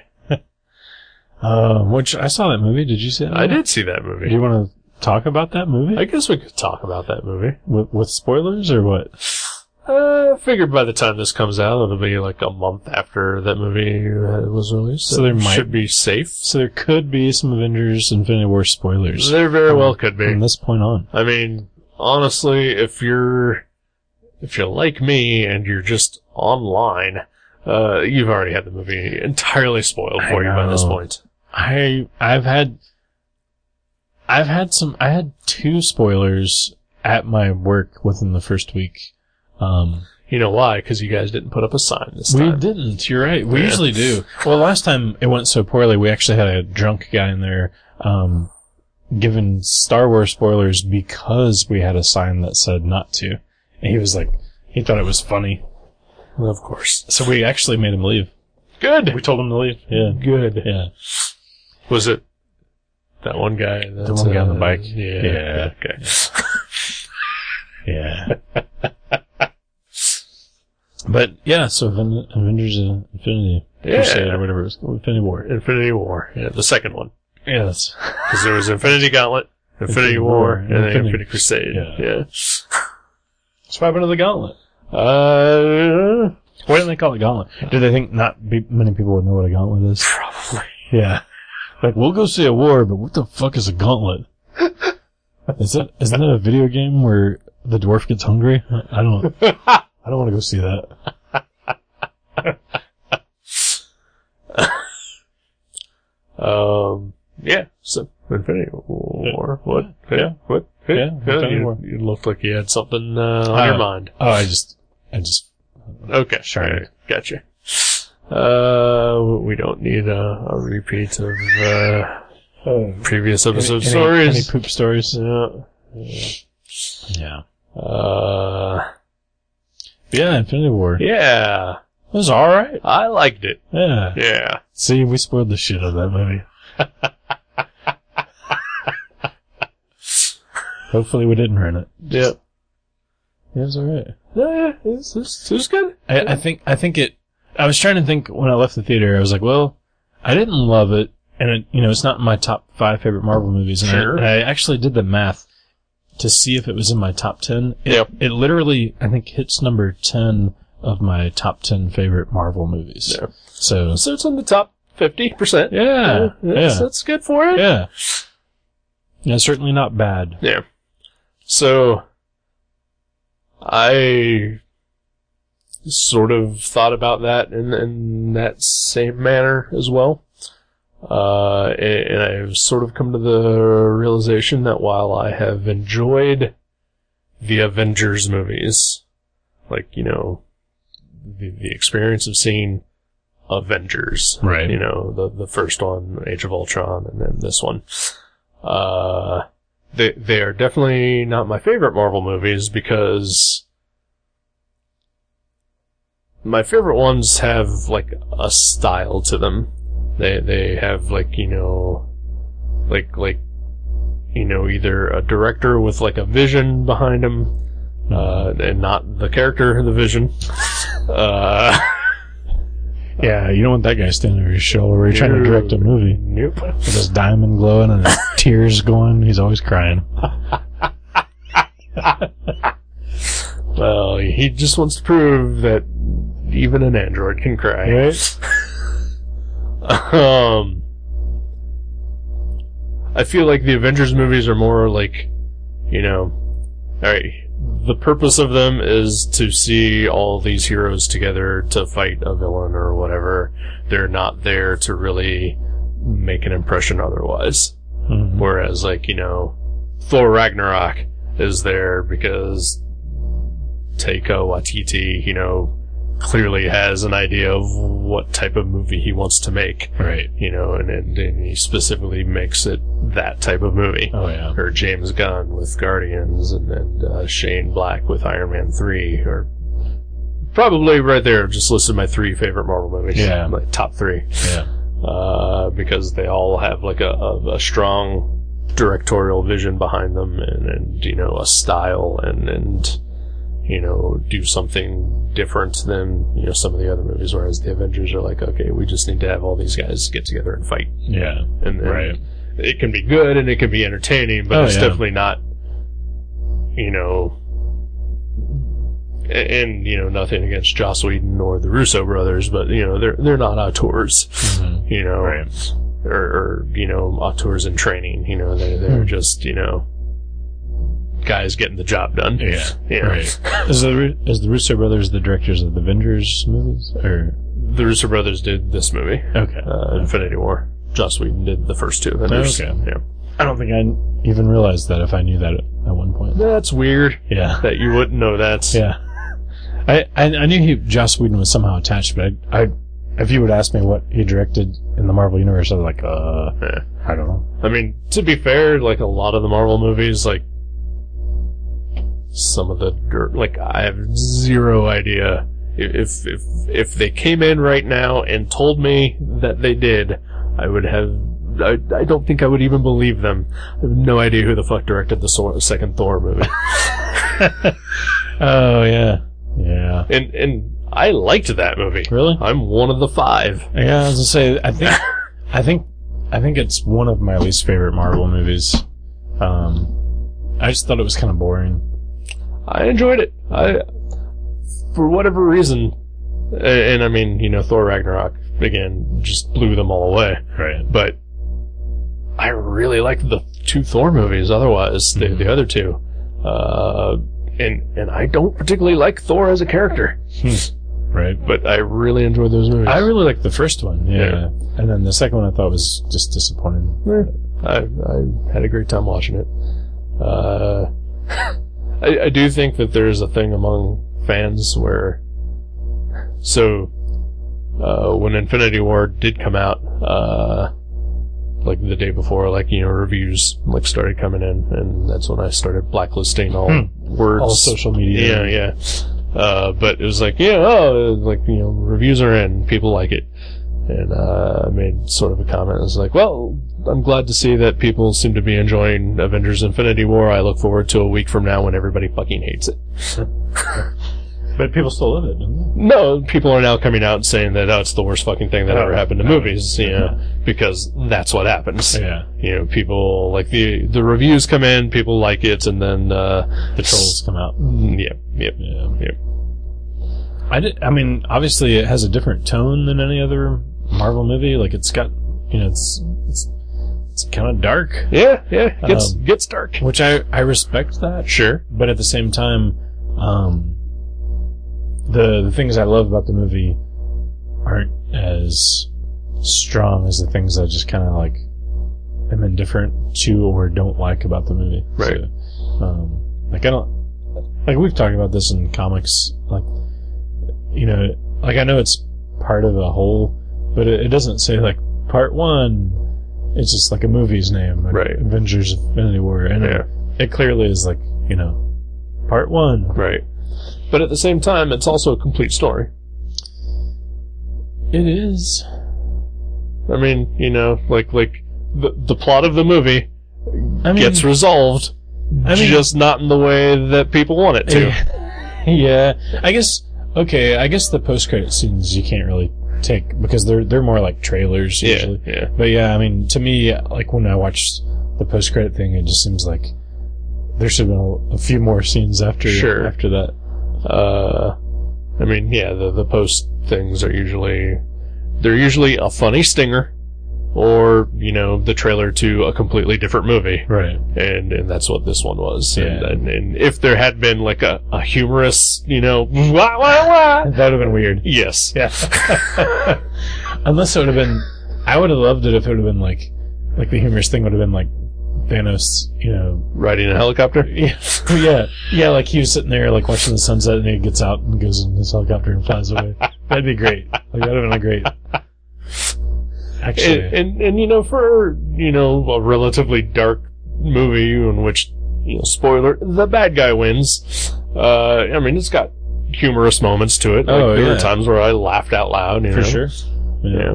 [SPEAKER 2] Uh, which I saw that movie. Did you see that?
[SPEAKER 1] I
[SPEAKER 2] movie?
[SPEAKER 1] did see that
[SPEAKER 2] Do you
[SPEAKER 1] movie.
[SPEAKER 2] want to talk about that movie
[SPEAKER 1] I guess we could talk about that movie.
[SPEAKER 2] with, with spoilers or what?
[SPEAKER 1] Uh, I figured by the time this comes out, it'll be like a month after that movie uh, was released.
[SPEAKER 2] So there
[SPEAKER 1] It
[SPEAKER 2] might-
[SPEAKER 1] should be safe.
[SPEAKER 2] So there could be some Avengers Infinity War spoilers Um,
[SPEAKER 1] There very well could be.
[SPEAKER 2] from this point on.
[SPEAKER 1] I mean, honestly, if you're if you're like me and you're just online, uh, you've already had the movie entirely spoiled
[SPEAKER 2] I
[SPEAKER 1] for you by this
[SPEAKER 2] know.
[SPEAKER 1] point.
[SPEAKER 2] I I've had I've had some I had two spoilers at my work within the first week. Um,
[SPEAKER 1] You know why? Because you guys didn't put up a sign this
[SPEAKER 2] we
[SPEAKER 1] time.
[SPEAKER 2] didn't. You're right. We
[SPEAKER 1] Yeah.
[SPEAKER 2] usually do. Well, last time it went so poorly, we actually had a drunk guy in there um, giving Star Wars spoilers because we had a sign that said not to, and he was like, he thought it was funny.
[SPEAKER 1] Well, of course.
[SPEAKER 2] So we actually made him leave.
[SPEAKER 1] Good.
[SPEAKER 2] We told him to leave. Yeah.
[SPEAKER 1] Good.
[SPEAKER 2] Yeah.
[SPEAKER 1] Was it that one guy? That,
[SPEAKER 2] one guy on the
[SPEAKER 1] uh,
[SPEAKER 2] bike?
[SPEAKER 1] Yeah.
[SPEAKER 2] Yeah.
[SPEAKER 1] Okay.
[SPEAKER 2] Yeah. but yeah, so Aven- Avengers uh, Infinity
[SPEAKER 1] Yeah.
[SPEAKER 2] Crusade or whatever it was called, Infinity War.
[SPEAKER 1] Infinity War. Yeah, the second one.
[SPEAKER 2] Yes.
[SPEAKER 1] Because there was Infinity Gauntlet, Infinity,
[SPEAKER 2] Infinity
[SPEAKER 1] War,
[SPEAKER 2] War,
[SPEAKER 1] and then
[SPEAKER 2] Infinity-
[SPEAKER 1] Infinity Crusade.
[SPEAKER 2] Yeah.
[SPEAKER 1] Yeah.
[SPEAKER 2] So what happened to the Gauntlet?
[SPEAKER 1] Uh,
[SPEAKER 2] Why didn't they call it Gauntlet? Do they think not be- many people would know what a Gauntlet is?
[SPEAKER 1] probably.
[SPEAKER 2] Yeah. Like we'll go see a war, but what the fuck is a (laughs) Gauntlet? Is it? Isn't it a video game where the dwarf gets hungry? I don't. I don't want to go see that.
[SPEAKER 1] Um, yeah, so Infinity War. What? Yeah, what?
[SPEAKER 2] Yeah, Infinity
[SPEAKER 1] you,
[SPEAKER 2] War.
[SPEAKER 1] you looked like you had something uh, on your
[SPEAKER 2] Uh,
[SPEAKER 1] mind.
[SPEAKER 2] Oh, I just, I just
[SPEAKER 1] Okay,
[SPEAKER 2] sure.
[SPEAKER 1] all right, gotcha. Uh, we don't need a, a repeat of uh,
[SPEAKER 2] Oh.
[SPEAKER 1] previous episode
[SPEAKER 2] any,
[SPEAKER 1] stories.
[SPEAKER 2] Any poop stories?
[SPEAKER 1] Yeah.
[SPEAKER 2] Yeah.
[SPEAKER 1] Uh,
[SPEAKER 2] Yeah, Infinity War. It
[SPEAKER 1] yeah,
[SPEAKER 2] was alright.
[SPEAKER 1] I liked it.
[SPEAKER 2] Yeah.
[SPEAKER 1] Yeah,
[SPEAKER 2] See, we spoiled the shit out of that (laughs) movie. Hopefully we didn't ruin it.
[SPEAKER 1] yeah.
[SPEAKER 2] It was alright.
[SPEAKER 1] Yeah, it was, it was- it was good.
[SPEAKER 2] I, I think, I think it, I was trying to think when I left the theater, I was like, well, I didn't love it, and it, you know, it's not in my top five favorite Marvel movies, and,
[SPEAKER 1] Sure.
[SPEAKER 2] I, and I actually did the math to see if it was in my top ten. It,
[SPEAKER 1] Yep.
[SPEAKER 2] It literally, I think, hits number ten of my top ten favorite Marvel movies.
[SPEAKER 1] Yeah.
[SPEAKER 2] So,
[SPEAKER 1] So it's in the top fifty percent.
[SPEAKER 2] Yeah,
[SPEAKER 1] that's,
[SPEAKER 2] yeah.
[SPEAKER 1] that's good for it.
[SPEAKER 2] yeah. Yeah, certainly not bad.
[SPEAKER 1] Yeah. So, I sort of thought about that in, in that same manner as well. Uh, and, and I've sort of come to the realization that while I have enjoyed the Avengers movies, like, you know, the, the experience of seeing Avengers,
[SPEAKER 2] Right.
[SPEAKER 1] you know, the, the first one, Age of Ultron, and then this one, uh, they they are definitely not my favorite Marvel movies because my favorite ones have like a style to them. They they have like you know, like like you know either a director with like a vision behind him, uh, and not the character the vision. Uh,
[SPEAKER 2] Yeah, you don't want that guy standing over your shoulder where you're trying to direct a movie
[SPEAKER 1] nope.
[SPEAKER 2] with his diamond glowing and his (laughs) tears going. He's always crying.
[SPEAKER 1] Well, he just wants to prove that even an android can cry.
[SPEAKER 2] Right?
[SPEAKER 1] um I feel like the Avengers movies are more like you know all right the purpose of them is to see all these heroes together to fight a villain or whatever they're not there to really make an impression otherwise
[SPEAKER 2] Mhm.
[SPEAKER 1] whereas like you know Thor Ragnarok is there because Taika Waititi you know clearly has an idea of what type of movie he wants to make
[SPEAKER 2] Right.
[SPEAKER 1] you know, and, and, and he specifically makes it that type of movie.
[SPEAKER 2] Oh, yeah.
[SPEAKER 1] Or James Gunn with Guardians, and then uh, Shane Black with Iron Man 3, or probably right there, just listed my three favorite Marvel movies.
[SPEAKER 2] Yeah.
[SPEAKER 1] My top three.
[SPEAKER 2] Yeah.
[SPEAKER 1] Uh, because they all have like a, a, a strong directorial vision behind them and, and, you know, a style and, and, you know, do something different than, you know, some of the other movies, whereas the Avengers are like, okay, we just need to have all these guys get together and fight
[SPEAKER 2] Yeah.
[SPEAKER 1] and, and
[SPEAKER 2] Right.
[SPEAKER 1] it can be good and it can be entertaining, but
[SPEAKER 2] Oh,
[SPEAKER 1] it's
[SPEAKER 2] yeah.
[SPEAKER 1] definitely not, you know, a- and you know nothing against Joss Whedon or the Russo brothers, but you know they're they're not auteurs,
[SPEAKER 2] Mhm.
[SPEAKER 1] you know,
[SPEAKER 2] Right.
[SPEAKER 1] or, or you know auteurs in training, you know they they're
[SPEAKER 2] Hmm.
[SPEAKER 1] just you know guys getting the job done.
[SPEAKER 2] Yeah.
[SPEAKER 1] Yeah.
[SPEAKER 2] Right. Is the Ru- is the Russo brothers the directors of the Avengers movies or
[SPEAKER 1] The Russo brothers did this movie,
[SPEAKER 2] okay?
[SPEAKER 1] uh, Infinity War. Joss Whedon did the first two. Avengers.
[SPEAKER 2] Okay.
[SPEAKER 1] Yeah.
[SPEAKER 2] I don't think I even realized that if I knew that at at one point.
[SPEAKER 1] That's weird
[SPEAKER 2] Yeah.
[SPEAKER 1] that you wouldn't know that.
[SPEAKER 2] Yeah. I, I I knew he Joss Whedon was somehow attached, but I, I if you would ask me what he directed in the Marvel universe, I was like, uh,
[SPEAKER 1] Yeah.
[SPEAKER 2] I don't know.
[SPEAKER 1] I mean, to be fair, like a lot of the Marvel movies, like some of the dir- like I have zero idea if if if they came in right now and told me that they did, I would have. I, I don't think I would even believe them. I have no idea who the fuck directed the sor- second Thor movie, (laughs)
[SPEAKER 2] Oh yeah, yeah.
[SPEAKER 1] and and I liked that movie.
[SPEAKER 2] Really?
[SPEAKER 1] I'm one of the five.
[SPEAKER 2] Yeah, I was gonna say I think I think I think it's one of my least favorite Marvel movies. Um, I just thought it was kind of boring.
[SPEAKER 1] I enjoyed it. I, for whatever reason, and, and I mean, you know, Thor Ragnarok again just blew them all away.
[SPEAKER 2] Right.
[SPEAKER 1] But I really liked the two Thor movies. Otherwise, the
[SPEAKER 2] Mm-hmm.
[SPEAKER 1] the other two, uh, and and I don't particularly like Thor as a character,
[SPEAKER 2] Hmm. Right.
[SPEAKER 1] but I really enjoyed those movies.
[SPEAKER 2] I really liked the first one. Yeah.
[SPEAKER 1] Yeah.
[SPEAKER 2] And then the second one I thought was just disappointing.
[SPEAKER 1] Yeah, I, I had a great time watching it. Uh, (laughs) I, I do think that there's a thing among fans where, so, uh, when Infinity War did come out, uh, like the day before, like you know, reviews like started coming in, and that's when I started blacklisting all words,
[SPEAKER 2] Hmm. All social
[SPEAKER 1] yeah,
[SPEAKER 2] media.
[SPEAKER 1] yeah. Uh, but it was like, yeah, oh, like, you know, reviews are in, people like it. And, uh, I made sort of a comment. I was like, well, I'm glad to see that people seem to be enjoying Avengers Infinity War. I look forward to a week from now when everybody fucking hates it.
[SPEAKER 2] But people still love it, don't
[SPEAKER 1] No, people are now coming out and saying that, oh, it's the worst fucking thing that ever happened to movies, you know, because that's what happens.
[SPEAKER 2] Yeah.
[SPEAKER 1] You know, people, like, the, the reviews come in, people like it, and then, uh,
[SPEAKER 2] The trolls come out.
[SPEAKER 1] Yep, yep.
[SPEAKER 2] Yeah.
[SPEAKER 1] Yep.
[SPEAKER 2] I did, I mean, obviously it has a different tone than any other Marvel movie. Like it's got, you know, it's it's, it's kind of dark,
[SPEAKER 1] Yeah, yeah, gets,
[SPEAKER 2] Um,
[SPEAKER 1] gets dark.
[SPEAKER 2] which I I respect that.
[SPEAKER 1] Sure.
[SPEAKER 2] but at the same time, um, the the things I love about the movie aren't as strong as the things I just kind of like am indifferent to or don't like about the movie.
[SPEAKER 1] Right.
[SPEAKER 2] So, um, like I don't like we've talked about this in comics. Like you know, like I know it's part of a whole, but it, it doesn't say like part one. It's just like a movie's name, like
[SPEAKER 1] Right.
[SPEAKER 2] Avengers: Infinity War, and
[SPEAKER 1] Yeah.
[SPEAKER 2] it clearly is like you know part one
[SPEAKER 1] Right. But at the same time, it's also a complete story.
[SPEAKER 2] It is.
[SPEAKER 1] I mean, you know, like like the the plot of the movie
[SPEAKER 2] I mean,
[SPEAKER 1] gets resolved,
[SPEAKER 2] Mm. I mean-
[SPEAKER 1] just not in the way that people want it to.
[SPEAKER 2] (laughs) yeah. I guess. Okay. I guess the post credit scenes you can't really take because they're they're more like trailers
[SPEAKER 1] Yeah,
[SPEAKER 2] usually.
[SPEAKER 1] yeah.
[SPEAKER 2] But yeah, I mean, to me, like when I watch the post credit thing, it just seems like there should have been a, a few more scenes after
[SPEAKER 1] Sure.
[SPEAKER 2] after that.
[SPEAKER 1] Uh, I mean, yeah, the the post things are usually they're usually a funny stinger, or you know, the trailer to a completely different movie,
[SPEAKER 2] Right.
[SPEAKER 1] and and that's what this one was. And,
[SPEAKER 2] Yeah.
[SPEAKER 1] and and if there had been like a, a humorous, you know, wah wah wah,
[SPEAKER 2] That would have been weird.
[SPEAKER 1] yes,
[SPEAKER 2] Yeah. (laughs) Unless it would have been, I would have loved it if it would have been like, like the humorous thing would have been like Thanos, you know.
[SPEAKER 1] riding a helicopter.
[SPEAKER 2] Yeah, yeah, yeah. Like he was sitting there, like watching the sunset, and he gets out and goes in his helicopter and flies away. That'd be great. Like, that would have been a great. Actually,
[SPEAKER 1] and, and and you know for you know a relatively dark movie in which you know spoiler the bad guy wins uh i mean it's got humorous moments to it like
[SPEAKER 2] Oh,
[SPEAKER 1] there
[SPEAKER 2] yeah.
[SPEAKER 1] were times where i laughed out loud you
[SPEAKER 2] for
[SPEAKER 1] know?
[SPEAKER 2] sure.
[SPEAKER 1] yeah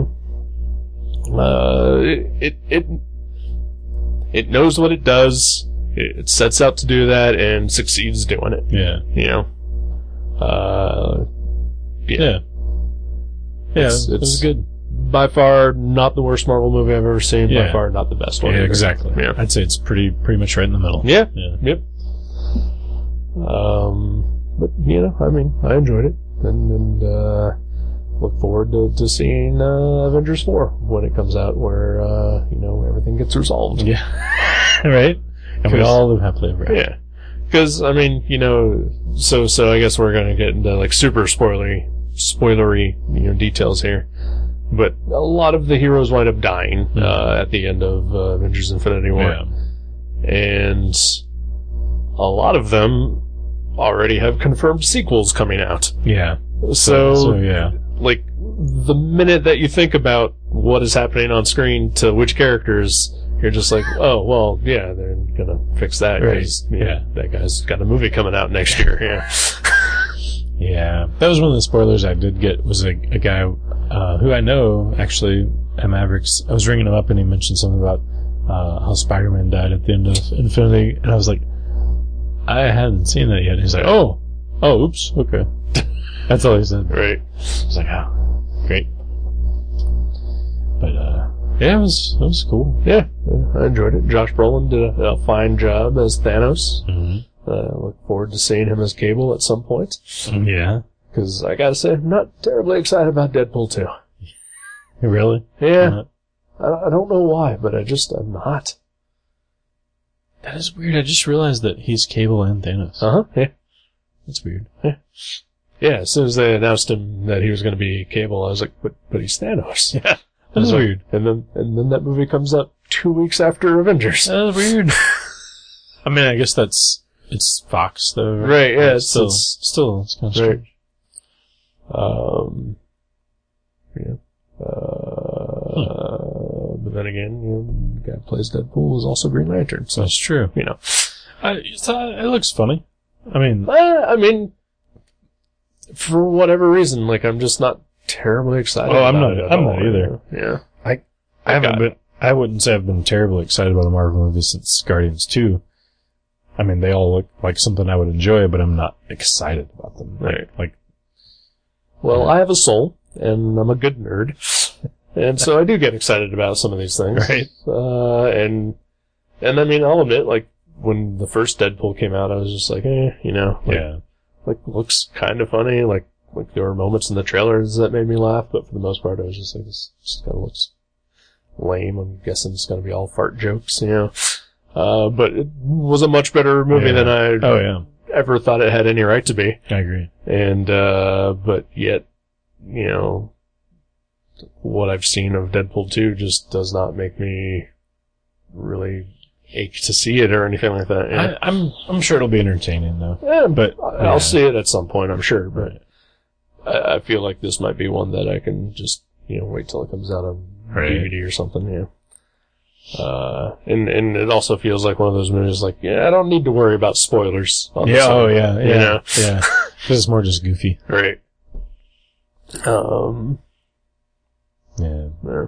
[SPEAKER 1] uh it, it it it knows what it does it it sets out to do that and succeeds doing it
[SPEAKER 2] Yeah.
[SPEAKER 1] you know uh
[SPEAKER 2] Yeah. Yeah.
[SPEAKER 1] It's-
[SPEAKER 2] it
[SPEAKER 1] it's-
[SPEAKER 2] was good.
[SPEAKER 1] by far not the worst marvel movie i've ever seen by
[SPEAKER 2] Yeah.
[SPEAKER 1] far not the best one
[SPEAKER 2] Yeah,
[SPEAKER 1] either.
[SPEAKER 2] exactly.
[SPEAKER 1] Yeah.
[SPEAKER 2] I'd say it's pretty, pretty much right in the middle.
[SPEAKER 1] yeah
[SPEAKER 2] Yeah.
[SPEAKER 1] Yep. Um, but you know, I mean, I enjoyed it, and and uh, look forward to, to seeing uh, Avengers four when it comes out, where uh, you know everything gets resolved.
[SPEAKER 2] Yeah. (laughs) right. And we
[SPEAKER 1] Cause-
[SPEAKER 2] all live happily ever after.
[SPEAKER 1] Yeah. Because I mean, you know, so so I guess we're gonna get into like super spoilery, spoilery, you know, details here. But a lot of the heroes wind up dying uh, at the end of uh, Avengers: Infinity War.
[SPEAKER 2] Yeah.
[SPEAKER 1] and a lot of them already have confirmed sequels coming out.
[SPEAKER 2] Yeah.
[SPEAKER 1] So,
[SPEAKER 2] So yeah.
[SPEAKER 1] like, the minute that you think about what is happening on screen to which characters, you're just like, oh, well, yeah, they're gonna fix that. 'cause,
[SPEAKER 2] Right,
[SPEAKER 1] you know,
[SPEAKER 2] yeah.
[SPEAKER 1] That guy's got a movie coming out next year. (laughs) Yeah.
[SPEAKER 2] Yeah, that was one of the spoilers I did get. Was a, a guy uh, who I know actually at Mavericks. I was ringing him up and he mentioned something about uh, how Spider-Man died at the end of Infinity, and I was like, I hadn't seen that yet. He's like, Oh, oh, oops, okay. That's all he said.
[SPEAKER 1] right.
[SPEAKER 2] I was like, Oh,
[SPEAKER 1] Great.
[SPEAKER 2] but uh, yeah, it was it was cool.
[SPEAKER 1] Yeah. yeah, I enjoyed it. Josh Brolin did a, a fine job as Thanos.
[SPEAKER 2] Mm-hmm.
[SPEAKER 1] Uh, look forward to seeing him as Cable at some point.
[SPEAKER 2] Yeah,
[SPEAKER 1] Because I gotta say, I'm not terribly excited about Deadpool 2.
[SPEAKER 2] really.
[SPEAKER 1] Yeah,
[SPEAKER 2] Uh,
[SPEAKER 1] I, I don't know why, but I just I'm not.
[SPEAKER 2] that is weird. I just realized that he's Cable and Thanos.
[SPEAKER 1] Uh huh. Yeah.
[SPEAKER 2] That's weird.
[SPEAKER 1] Yeah. As soon as they announced him that he was going to be Cable, I was like, but but he's Thanos. Yeah.
[SPEAKER 2] That is weird.
[SPEAKER 1] And then and then that movie comes out two weeks after Avengers.
[SPEAKER 2] That
[SPEAKER 1] (laughs)
[SPEAKER 2] is weird. I mean, I guess that's it's Fox though,
[SPEAKER 1] Right, yeah,
[SPEAKER 2] But
[SPEAKER 1] it's-
[SPEAKER 2] Uh-huh. still,
[SPEAKER 1] it's-
[SPEAKER 2] still, it's kind of
[SPEAKER 1] right.
[SPEAKER 2] strange.
[SPEAKER 1] Um. Yeah. Uh, But then again, you know, the guy who plays Deadpool is also Green Lantern, so
[SPEAKER 2] That's true.
[SPEAKER 1] you know.
[SPEAKER 2] I, it's, uh, it looks funny. I mean,
[SPEAKER 1] Uh, I mean, for whatever reason, like I'm just not terribly excited.
[SPEAKER 2] Oh, I'm
[SPEAKER 1] about
[SPEAKER 2] not-
[SPEAKER 1] it at
[SPEAKER 2] I'm
[SPEAKER 1] all.
[SPEAKER 2] not either.
[SPEAKER 1] Yeah.
[SPEAKER 2] I haven't
[SPEAKER 1] got
[SPEAKER 2] been. I wouldn't say I've been terribly excited about a Marvel movie since Guardians Two. I mean, they all look like something I would enjoy, but I'm not excited about them. Like-
[SPEAKER 1] Right. (laughs)
[SPEAKER 2] Like,
[SPEAKER 1] Well, I have a soul, and I'm a good nerd, and so I do get excited about some of these things.
[SPEAKER 2] Right.
[SPEAKER 1] Uh, and and I mean, I'll admit, like when the first Deadpool came out, I was just like, eh, you know, like,
[SPEAKER 2] (laughs) yeah,
[SPEAKER 1] like looks kind of funny. Like like there were moments in the trailers that made me laugh, but for the most part, I was just like, this just kind of looks lame. I'm guessing it's gonna be all fart jokes, you know. Uh, but it was a much better movie
[SPEAKER 2] Yeah.
[SPEAKER 1] than I
[SPEAKER 2] oh yeah,
[SPEAKER 1] ever thought it had any right to be
[SPEAKER 2] I agree.
[SPEAKER 1] and uh but yet you know what i've seen of deadpool 2 just does not make me really ache to see it or anything like that yeah.
[SPEAKER 2] I, I'm, I'm sure it'll be entertaining though.
[SPEAKER 1] Yeah,
[SPEAKER 2] Eh, But
[SPEAKER 1] I- i'll see it at some point i'm sure but I, I feel like this might be one that i can just you know wait till it comes out on
[SPEAKER 2] Right.
[SPEAKER 1] dvd or something yeah uh, and and it also feels like one of those movies like yeah I don't need to worry about spoilers. On this
[SPEAKER 2] Yeah.
[SPEAKER 1] one.
[SPEAKER 2] Oh yeah. Yeah.
[SPEAKER 1] You know? (laughs)
[SPEAKER 2] Yeah. Because it's more just goofy.
[SPEAKER 1] Right. Um,
[SPEAKER 2] Yeah.
[SPEAKER 1] Yeah.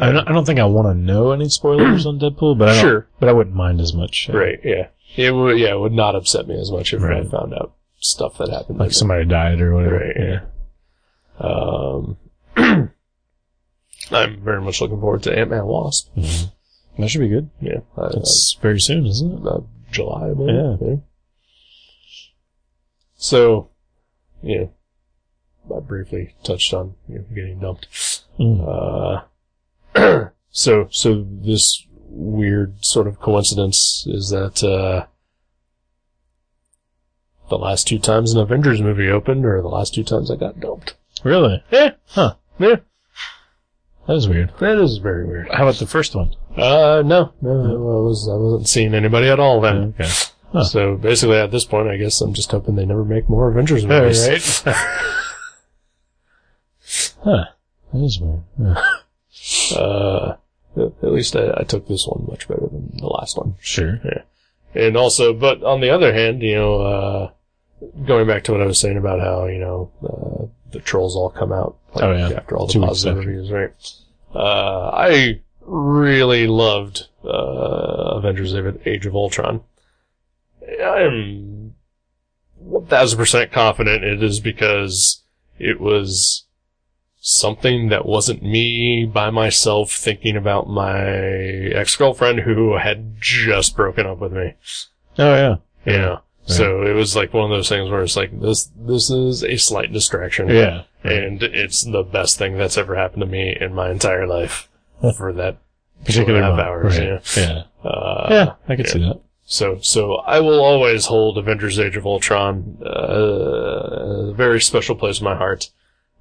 [SPEAKER 2] I don't, I don't think I want to know any spoilers on Deadpool, but I don't,
[SPEAKER 1] Sure.
[SPEAKER 2] but I wouldn't mind as much. uh,
[SPEAKER 1] Right. Yeah. It would. Yeah. It would not upset me as much if I
[SPEAKER 2] Right.
[SPEAKER 1] found out stuff that happened.
[SPEAKER 2] Like somebody died or whatever.
[SPEAKER 1] Right. Yeah. Um. (clears throat) I'm very much looking forward to Ant Man Wasp.
[SPEAKER 2] That should be good.
[SPEAKER 1] Yeah. I-
[SPEAKER 2] That's Mm-hmm. very soon, isn't it?
[SPEAKER 1] uh, July, I believe.
[SPEAKER 2] Yeah.
[SPEAKER 1] So, yeah, I briefly touched on you know, getting dumped.
[SPEAKER 2] Mm.
[SPEAKER 1] Uh, (clears throat) so, so this weird sort of coincidence is that uh, the last two times an Avengers movie opened, or the last two times I got dumped.
[SPEAKER 2] Really?
[SPEAKER 1] Yeah,
[SPEAKER 2] Huh.
[SPEAKER 1] yeah,
[SPEAKER 2] (laughs) That is weird.
[SPEAKER 1] that is very weird.
[SPEAKER 2] How about the first one?
[SPEAKER 1] Uh, no, no, I was I wasn't seeing anybody at all then.
[SPEAKER 2] Okay. Huh.
[SPEAKER 1] So basically, at this point, I guess I'm just hoping they never make more Avengers
[SPEAKER 2] All
[SPEAKER 1] movies.
[SPEAKER 2] (laughs) right. huh. That is weird. Yeah.
[SPEAKER 1] Uh, at least I, I took this one much better than the last one.
[SPEAKER 2] Sure.
[SPEAKER 1] And also, but on the other hand, you know, uh, going back to what I was saying about how you know uh, the trolls all come out like,
[SPEAKER 2] Oh, yeah.
[SPEAKER 1] after all the
[SPEAKER 2] Two weeks
[SPEAKER 1] positive
[SPEAKER 2] after.
[SPEAKER 1] reviews, right? Uh, I really loved uh, Avengers: Age of Ultron. I'm one thousand percent confident it is because it was something that wasn't me by myself thinking about my ex girlfriend who had just broken up with me.
[SPEAKER 2] Oh yeah.
[SPEAKER 1] You know. So it was like one of those things where it's like this this is a slight distraction.
[SPEAKER 2] Yeah.
[SPEAKER 1] And it's the best thing that's ever happened to me in my entire life for that
[SPEAKER 2] Particular
[SPEAKER 1] two and a half
[SPEAKER 2] one.
[SPEAKER 1] hours,
[SPEAKER 2] Right. Yeah.
[SPEAKER 1] uh
[SPEAKER 2] yeah. I could see that.
[SPEAKER 1] so, so I will always hold Avengers: Age of Ultron uh, a very special place in my heart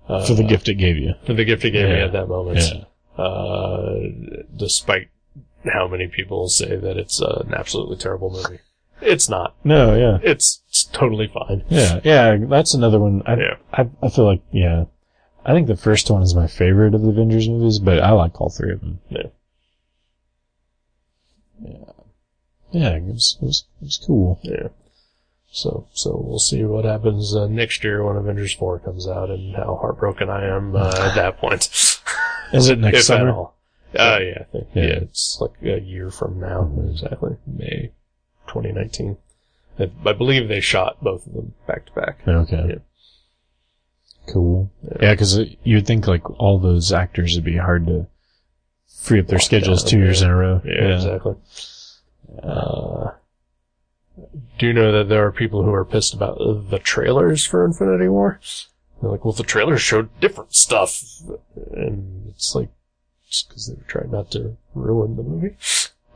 [SPEAKER 1] uh,
[SPEAKER 2] For the gift it gave you.
[SPEAKER 1] for the gift it gave me
[SPEAKER 2] Yeah.
[SPEAKER 1] at that moment.
[SPEAKER 2] Yeah.
[SPEAKER 1] Uh, despite how many people say that it's uh, an absolutely terrible movie, it's not.
[SPEAKER 2] No. Yeah.
[SPEAKER 1] It's, it's totally fine.
[SPEAKER 2] Yeah, yeah, that's another one. I,
[SPEAKER 1] Yeah.
[SPEAKER 2] I, I feel like, yeah, I think the first one is my favorite of the Avengers movies, but I like all three of them.
[SPEAKER 1] Yeah.
[SPEAKER 2] Yeah, it was, it was, it was cool.
[SPEAKER 1] Yeah. So, so we'll see what happens uh, next year when Avengers Four comes out and how heartbroken I am uh, at that point.
[SPEAKER 2] Is it next
[SPEAKER 1] if at
[SPEAKER 2] summer?
[SPEAKER 1] all. Uh, yeah, I think, yeah.
[SPEAKER 2] Yeah.
[SPEAKER 1] it's like a year from now, exactly. May 2019. I, I believe they shot both of them back to back.
[SPEAKER 2] Okay. Cool. Yeah, because you'd think like all those actors would be hard to free up their
[SPEAKER 1] Lock
[SPEAKER 2] schedules
[SPEAKER 1] down,
[SPEAKER 2] two
[SPEAKER 1] yeah.
[SPEAKER 2] years in a row.
[SPEAKER 1] Yeah, exactly. Uh, do you know that there are people who are pissed about the trailers for Infinity War? They're like, well, the trailers showed different stuff. And it's like, just because they were trying not to ruin the movie.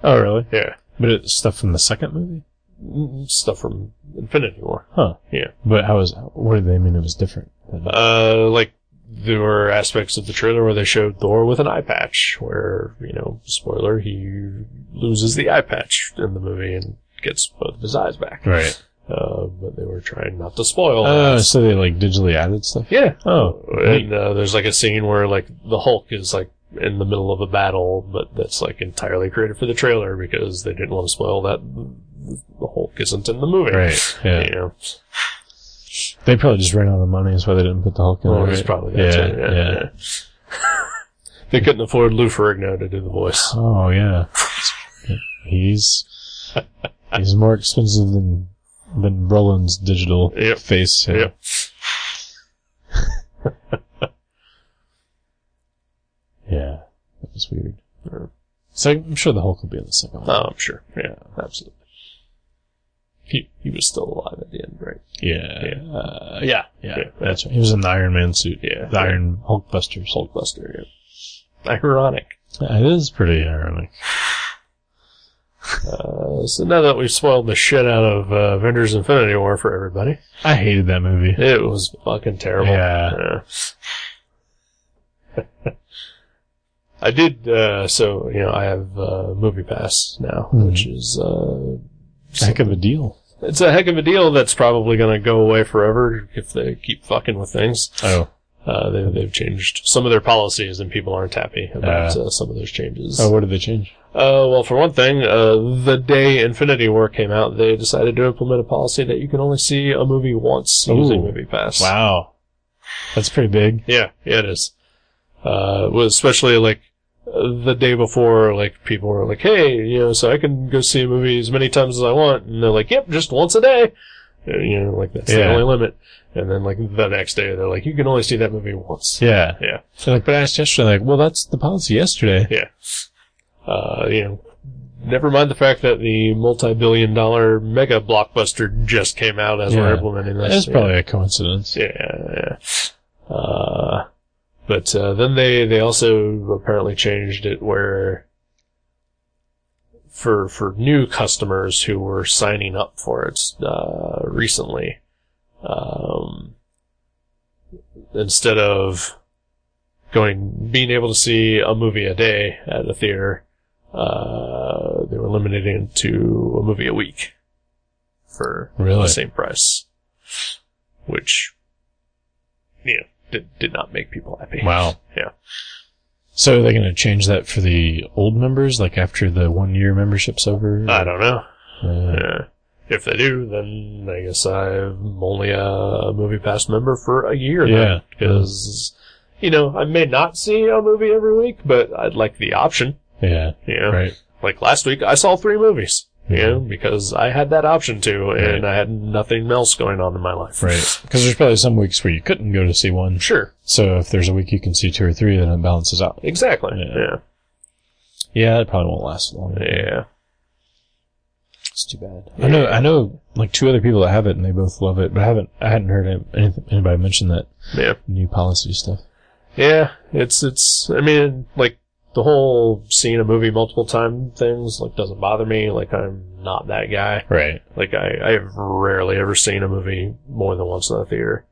[SPEAKER 2] Oh, really?
[SPEAKER 1] Yeah.
[SPEAKER 2] But it's stuff from the second movie?
[SPEAKER 1] Mm, Stuff from Infinity War.
[SPEAKER 2] Huh.
[SPEAKER 1] Yeah.
[SPEAKER 2] But how is, what did they mean it was different?
[SPEAKER 1] Uh, like there were aspects of the trailer where they showed Thor with an eye patch, where you know, spoiler, he loses the eye patch in the movie and gets both of his eyes back.
[SPEAKER 2] right.
[SPEAKER 1] Uh, but they were trying not to spoil.
[SPEAKER 2] Oh,
[SPEAKER 1] that.
[SPEAKER 2] so they like digitally added stuff?
[SPEAKER 1] yeah.
[SPEAKER 2] Oh,
[SPEAKER 1] and uh, there's like a scene where like the Hulk is like in the middle of a battle, but that's like entirely created for the trailer because they didn't want to spoil that the Hulk isn't in the movie.
[SPEAKER 2] Right. Yeah.
[SPEAKER 1] You know.
[SPEAKER 2] They probably just ran out of money. That's why they didn't put the Hulk in
[SPEAKER 1] Well,
[SPEAKER 2] there.
[SPEAKER 1] it's
[SPEAKER 2] right?
[SPEAKER 1] probably
[SPEAKER 2] yeah,
[SPEAKER 1] that too, yeah,
[SPEAKER 2] yeah.
[SPEAKER 1] yeah. (laughs) they couldn't afford Lou Ferrigno to do the voice.
[SPEAKER 2] Oh yeah. He's he's more expensive than than Roland's digital
[SPEAKER 1] Yep.
[SPEAKER 2] face. Yeah.
[SPEAKER 1] Yep.
[SPEAKER 2] (laughs) Yeah. That was weird.
[SPEAKER 1] Yeah.
[SPEAKER 2] So I'm sure the Hulk will be in the second one.
[SPEAKER 1] Oh, I'm sure. Yeah, absolutely. He he was still alive at the end, right?
[SPEAKER 2] yeah.
[SPEAKER 1] yeah.
[SPEAKER 2] Uh, yeah. Yeah.
[SPEAKER 1] Yeah.
[SPEAKER 2] That's right. He was in the Iron Man suit.
[SPEAKER 1] Yeah.
[SPEAKER 2] The Iron Hulk Busters.
[SPEAKER 1] Hulkbuster. Yeah. Ironic.
[SPEAKER 2] It is pretty ironic.
[SPEAKER 1] Uh, so now that we've spoiled the shit out of uh, Avengers: Infinity War for everybody,
[SPEAKER 2] I hated that movie.
[SPEAKER 1] it was fucking terrible.
[SPEAKER 2] Yeah.
[SPEAKER 1] Yeah. (laughs) I did. Uh, so you know, I have uh, Movie Pass now,
[SPEAKER 2] Mhm.
[SPEAKER 1] which is uh,
[SPEAKER 2] Heck of a deal.
[SPEAKER 1] It's a heck of a deal that's probably going to go away forever if they keep fucking with things.
[SPEAKER 2] Oh.
[SPEAKER 1] Uh, they, they've changed some of their policies and people aren't happy about
[SPEAKER 2] Uh.
[SPEAKER 1] uh, some of those changes.
[SPEAKER 2] Oh, what did they change?
[SPEAKER 1] Uh, well, for one thing, uh, the day Infinity War came out, they decided to implement a policy that you can only see a movie once using
[SPEAKER 2] Ooh.
[SPEAKER 1] Movie Pass.
[SPEAKER 2] Wow. That's pretty big.
[SPEAKER 1] Yeah, yeah, it is. uh, was especially like the day before, like people were like, "Hey, you know, so I can go see a movie as many times as I want," and they're like, "Yep, just once a day," Uh, you know, like that's the
[SPEAKER 2] Yeah.
[SPEAKER 1] only limit. And then like the next day, they're like, "You can only see that movie once."
[SPEAKER 2] Yeah.
[SPEAKER 1] Yeah.
[SPEAKER 2] So like, but I asked yesterday, like, well, that's the policy yesterday.
[SPEAKER 1] Yeah. Uh, you know, never mind the fact that the multi-billion dollar mega blockbuster just came out as we're
[SPEAKER 2] Yeah.
[SPEAKER 1] implementing this.
[SPEAKER 2] That's
[SPEAKER 1] Yeah.
[SPEAKER 2] probably a coincidence.
[SPEAKER 1] Yeah, yeah. Uh, but uh, then they they also apparently changed it where for for new customers who were signing up for it uh, recently, um, instead of going being able to see a movie a day at a theater, uh, they were limiting it to a movie a week for
[SPEAKER 2] Really?
[SPEAKER 1] the same price, which you know did did not make people happy.
[SPEAKER 2] Wow.
[SPEAKER 1] (laughs) Yeah.
[SPEAKER 2] So are they going to change that for the old members, like after the one year membership's over?
[SPEAKER 1] I don't know.
[SPEAKER 2] Uh,
[SPEAKER 1] Yeah. If they do, then I guess I'm only a movie pass member for a year.
[SPEAKER 2] Yeah.
[SPEAKER 1] Because you know I may not see a movie every week, but I'd like the option.
[SPEAKER 2] yeah.
[SPEAKER 1] You know?
[SPEAKER 2] Right.
[SPEAKER 1] Like last week, I saw three movies. You
[SPEAKER 2] Yeah.
[SPEAKER 1] know, because I had that option to, and I had nothing else going on in my life.
[SPEAKER 2] Right. Because there's probably some weeks where you couldn't go to see
[SPEAKER 1] (laughs)
[SPEAKER 2] one.
[SPEAKER 1] Sure.
[SPEAKER 2] So if there's a week you can see two or three, then it balances out.
[SPEAKER 1] Exactly.
[SPEAKER 2] Yeah.
[SPEAKER 1] Yeah.
[SPEAKER 2] Yeah, it probably won't last long.
[SPEAKER 1] Yeah.
[SPEAKER 2] It's too bad. I know. I know. Like two other people that have it, and they both love it, but I haven't. I hadn't heard any, anybody mention that
[SPEAKER 1] Yeah.
[SPEAKER 2] new policy stuff.
[SPEAKER 1] Yeah, it's it's. I mean, like the whole seeing a movie multiple time things like doesn't bother me. Like I'm not that guy.
[SPEAKER 2] Right.
[SPEAKER 1] Like I I've rarely ever seen a movie more than once in the theater.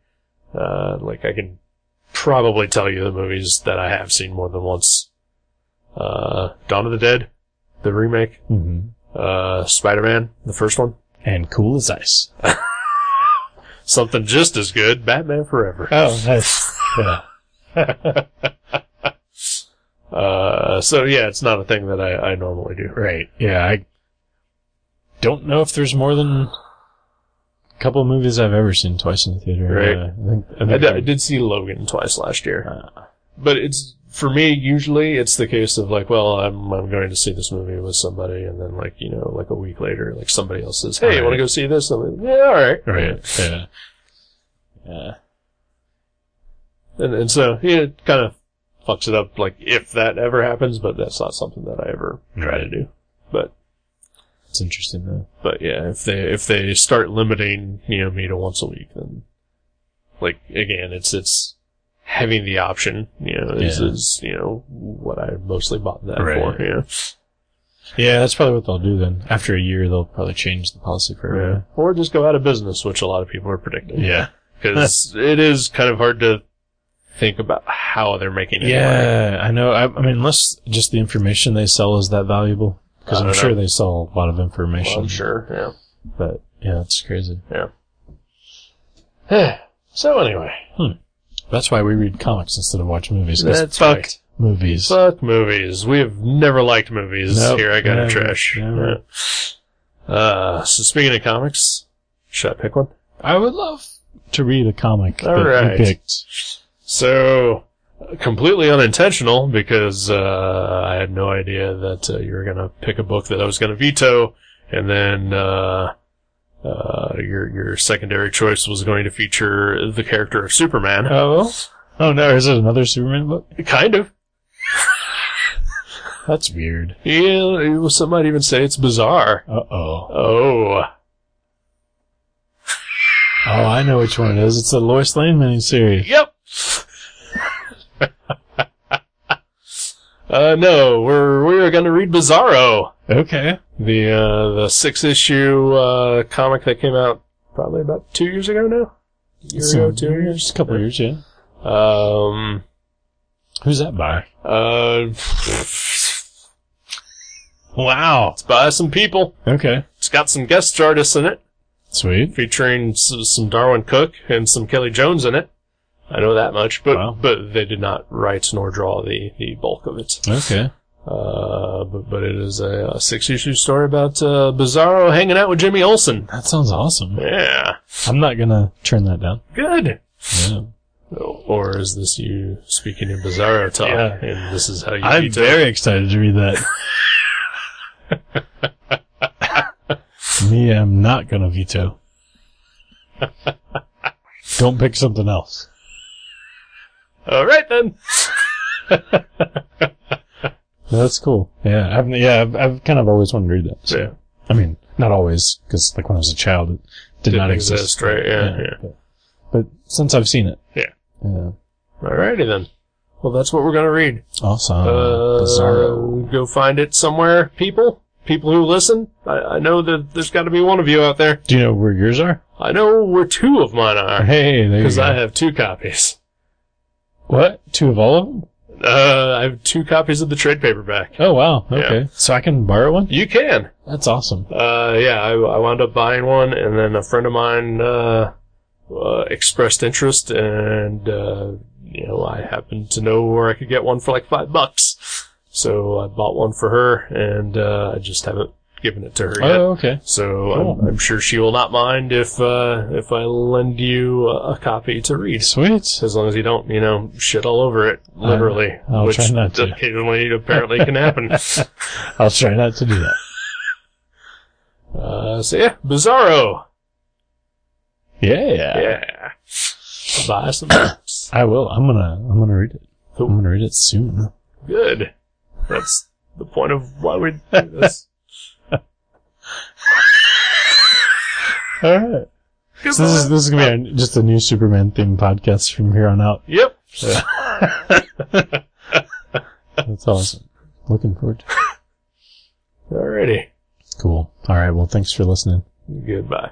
[SPEAKER 1] Uh, like I can probably tell you the movies that I have seen more than once. Uh, Dawn of the Dead, the remake.
[SPEAKER 2] Mm-hmm.
[SPEAKER 1] Uh, Spider Man, the first one.
[SPEAKER 2] And cool as ice.
[SPEAKER 1] Something just as good, Batman Forever.
[SPEAKER 2] Oh, nice. yeah.
[SPEAKER 1] Uh, so yeah, it's not a thing that I, I normally do.
[SPEAKER 2] Right. Yeah. I don't know if there's more than a couple of movies I've ever seen twice in the theater.
[SPEAKER 1] Right.
[SPEAKER 2] Uh, I think. I think
[SPEAKER 1] I, d- I did see Logan twice last year,
[SPEAKER 2] uh,
[SPEAKER 1] but it's for me usually it's the case of like, well, I'm I'm going to see this movie with somebody, and then like you know like a week later, like somebody else says, hey, you want to
[SPEAKER 2] Right.
[SPEAKER 1] go see this? I'm like, yeah, all right,
[SPEAKER 2] right. Yeah. Yeah.
[SPEAKER 1] and and so yeah, it kind of fucks it up like if that ever happens, but that's not something that I ever try to
[SPEAKER 2] Right.
[SPEAKER 1] do. But
[SPEAKER 2] It's interesting though.
[SPEAKER 1] But yeah, if they if they start limiting you know me to once a week, then like again, it's it's having the option. You know, is
[SPEAKER 2] Yeah.
[SPEAKER 1] is you know what I mostly bought that
[SPEAKER 2] Right.
[SPEAKER 1] for. You know?
[SPEAKER 2] Yeah, that's probably what they'll do then. After a year, they'll probably change the policy for everyone.
[SPEAKER 1] or just go out of business, which a lot of people are predicting.
[SPEAKER 2] Yeah. (laughs)
[SPEAKER 1] because it is kind of hard to think about how they're making it. work.
[SPEAKER 2] Yeah, I know. I, I mean, unless just the information they sell is that valuable, because
[SPEAKER 1] I
[SPEAKER 2] I'm
[SPEAKER 1] don't
[SPEAKER 2] sure
[SPEAKER 1] know.
[SPEAKER 2] they sell a lot of information.
[SPEAKER 1] I'm sure.
[SPEAKER 2] but yeah, it's crazy.
[SPEAKER 1] Yeah, yeah. (sighs) so anyway,
[SPEAKER 2] That's why we read comics instead of watch movies. 'cause
[SPEAKER 1] That's
[SPEAKER 2] fuck
[SPEAKER 1] right.
[SPEAKER 2] movies.
[SPEAKER 1] Fuck movies. We have never liked movies.
[SPEAKER 2] Nope,
[SPEAKER 1] Here, I got a
[SPEAKER 2] never,
[SPEAKER 1] trash.
[SPEAKER 2] never.
[SPEAKER 1] Yeah. Uh, so speaking of comics, should I pick one?
[SPEAKER 2] I would love to read a comic
[SPEAKER 1] All
[SPEAKER 2] that
[SPEAKER 1] right.
[SPEAKER 2] you picked.
[SPEAKER 1] So completely unintentional because uh, I had no idea that uh, you were gonna pick a book that I was gonna veto, and then uh, uh, your your secondary choice was going to feature the character of Superman.
[SPEAKER 2] Oh, oh no! Is it another Superman book?
[SPEAKER 1] kind of.
[SPEAKER 2] That's weird.
[SPEAKER 1] Yeah, it was- some might even say it's bizarre.
[SPEAKER 2] Uh oh.
[SPEAKER 1] Oh,
[SPEAKER 2] Oh, I know which one it is. It's the Lois Lane miniseries.
[SPEAKER 1] Yep. uh, no, we're we're going to read Bizarro,
[SPEAKER 2] Okay.
[SPEAKER 1] the uh, the six issue uh, comic that came out probably about two years ago now. A year ago, two years.
[SPEAKER 2] a couple years, yeah.
[SPEAKER 1] Um.
[SPEAKER 2] Who's that by?
[SPEAKER 1] Uh.
[SPEAKER 2] Wow.
[SPEAKER 1] It's by some people.
[SPEAKER 2] Okay.
[SPEAKER 1] It's got some guest artists in it,
[SPEAKER 2] Sweet.
[SPEAKER 1] featuring s- some Darwin Cook and some Kelly Jones in it. I know that much, but
[SPEAKER 2] Wow.
[SPEAKER 1] but they did not write nor draw the the bulk of it.
[SPEAKER 2] Okay.
[SPEAKER 1] Uh, but, but it is a, a six issue story about uh, Bizarro hanging out with Jimmy Olsen.
[SPEAKER 2] That sounds awesome. (laughs)
[SPEAKER 1] Yeah,
[SPEAKER 2] I'm not gonna turn that down.
[SPEAKER 1] good.
[SPEAKER 2] Yeah.
[SPEAKER 1] Or is this you speaking in Bizarro talk?
[SPEAKER 2] Yeah.
[SPEAKER 1] And this is how you
[SPEAKER 2] I'm
[SPEAKER 1] beat
[SPEAKER 2] very excited to read that.
[SPEAKER 1] (laughs)
[SPEAKER 2] Me, I'm not gonna veto. Don't pick something else.
[SPEAKER 1] All right then.
[SPEAKER 2] No, that's cool. Yeah, I've yeah, I've, I've kind of always wanted to read that. So.
[SPEAKER 1] Yeah.
[SPEAKER 2] I mean, not always, because like when I was a child, it did
[SPEAKER 1] Didn't
[SPEAKER 2] not exist.
[SPEAKER 1] exist, right? Yeah, yeah.
[SPEAKER 2] But, but since I've seen it,
[SPEAKER 1] Yeah.
[SPEAKER 2] yeah,
[SPEAKER 1] Alrighty then. Well, that's what we're gonna read.
[SPEAKER 2] awesome,
[SPEAKER 1] Uh,
[SPEAKER 2] bizarro.
[SPEAKER 1] Go find it somewhere, people. People who listen. I, I know that there's got to be one of you out there.
[SPEAKER 2] Do you know where yours are?
[SPEAKER 1] I know where two of mine are
[SPEAKER 2] Hey, there you
[SPEAKER 1] because
[SPEAKER 2] go.
[SPEAKER 1] I have two copies.
[SPEAKER 2] what two of all of them?
[SPEAKER 1] Uh, I have two copies of the trade paperback.
[SPEAKER 2] Oh wow, okay. So I can borrow one.
[SPEAKER 1] You can.
[SPEAKER 2] That's awesome.
[SPEAKER 1] Uh, yeah, I, I wound up buying one, and then a friend of mine uh, uh, expressed interest, and uh, you know, I happened to know where I could get one for like five bucks, so I bought one for her, and uh, I just haven't given it to her yet.
[SPEAKER 2] Oh okay.
[SPEAKER 1] So
[SPEAKER 2] Cool.
[SPEAKER 1] I'm, I'm sure she will not mind if uh, if I lend you a, a copy to read.
[SPEAKER 2] Sweet.
[SPEAKER 1] As long as you don't, you know, shit all over it, literally,
[SPEAKER 2] I'll
[SPEAKER 1] which
[SPEAKER 2] try not to.
[SPEAKER 1] occasionally apparently
[SPEAKER 2] (laughs)
[SPEAKER 1] can happen.
[SPEAKER 2] I'll try not to do that.
[SPEAKER 1] Uh, so yeah, Bizarro.
[SPEAKER 2] Yeah.
[SPEAKER 1] Yeah. Buy some books.
[SPEAKER 2] I will. I'm gonna. I'm gonna read it.
[SPEAKER 1] Cool.
[SPEAKER 2] I'm gonna read it soon.
[SPEAKER 1] (coughs) Good. That's the point of why we do this.
[SPEAKER 2] All right.
[SPEAKER 1] Good
[SPEAKER 2] So (laughs) this is
[SPEAKER 1] luck.
[SPEAKER 2] this is gonna be our, just a new Superman themed podcast from here on out.
[SPEAKER 1] yep.
[SPEAKER 2] That's awesome. Looking forward. to it.
[SPEAKER 1] Alrighty.
[SPEAKER 2] Cool. All right. Well, thanks for listening.
[SPEAKER 1] Goodbye.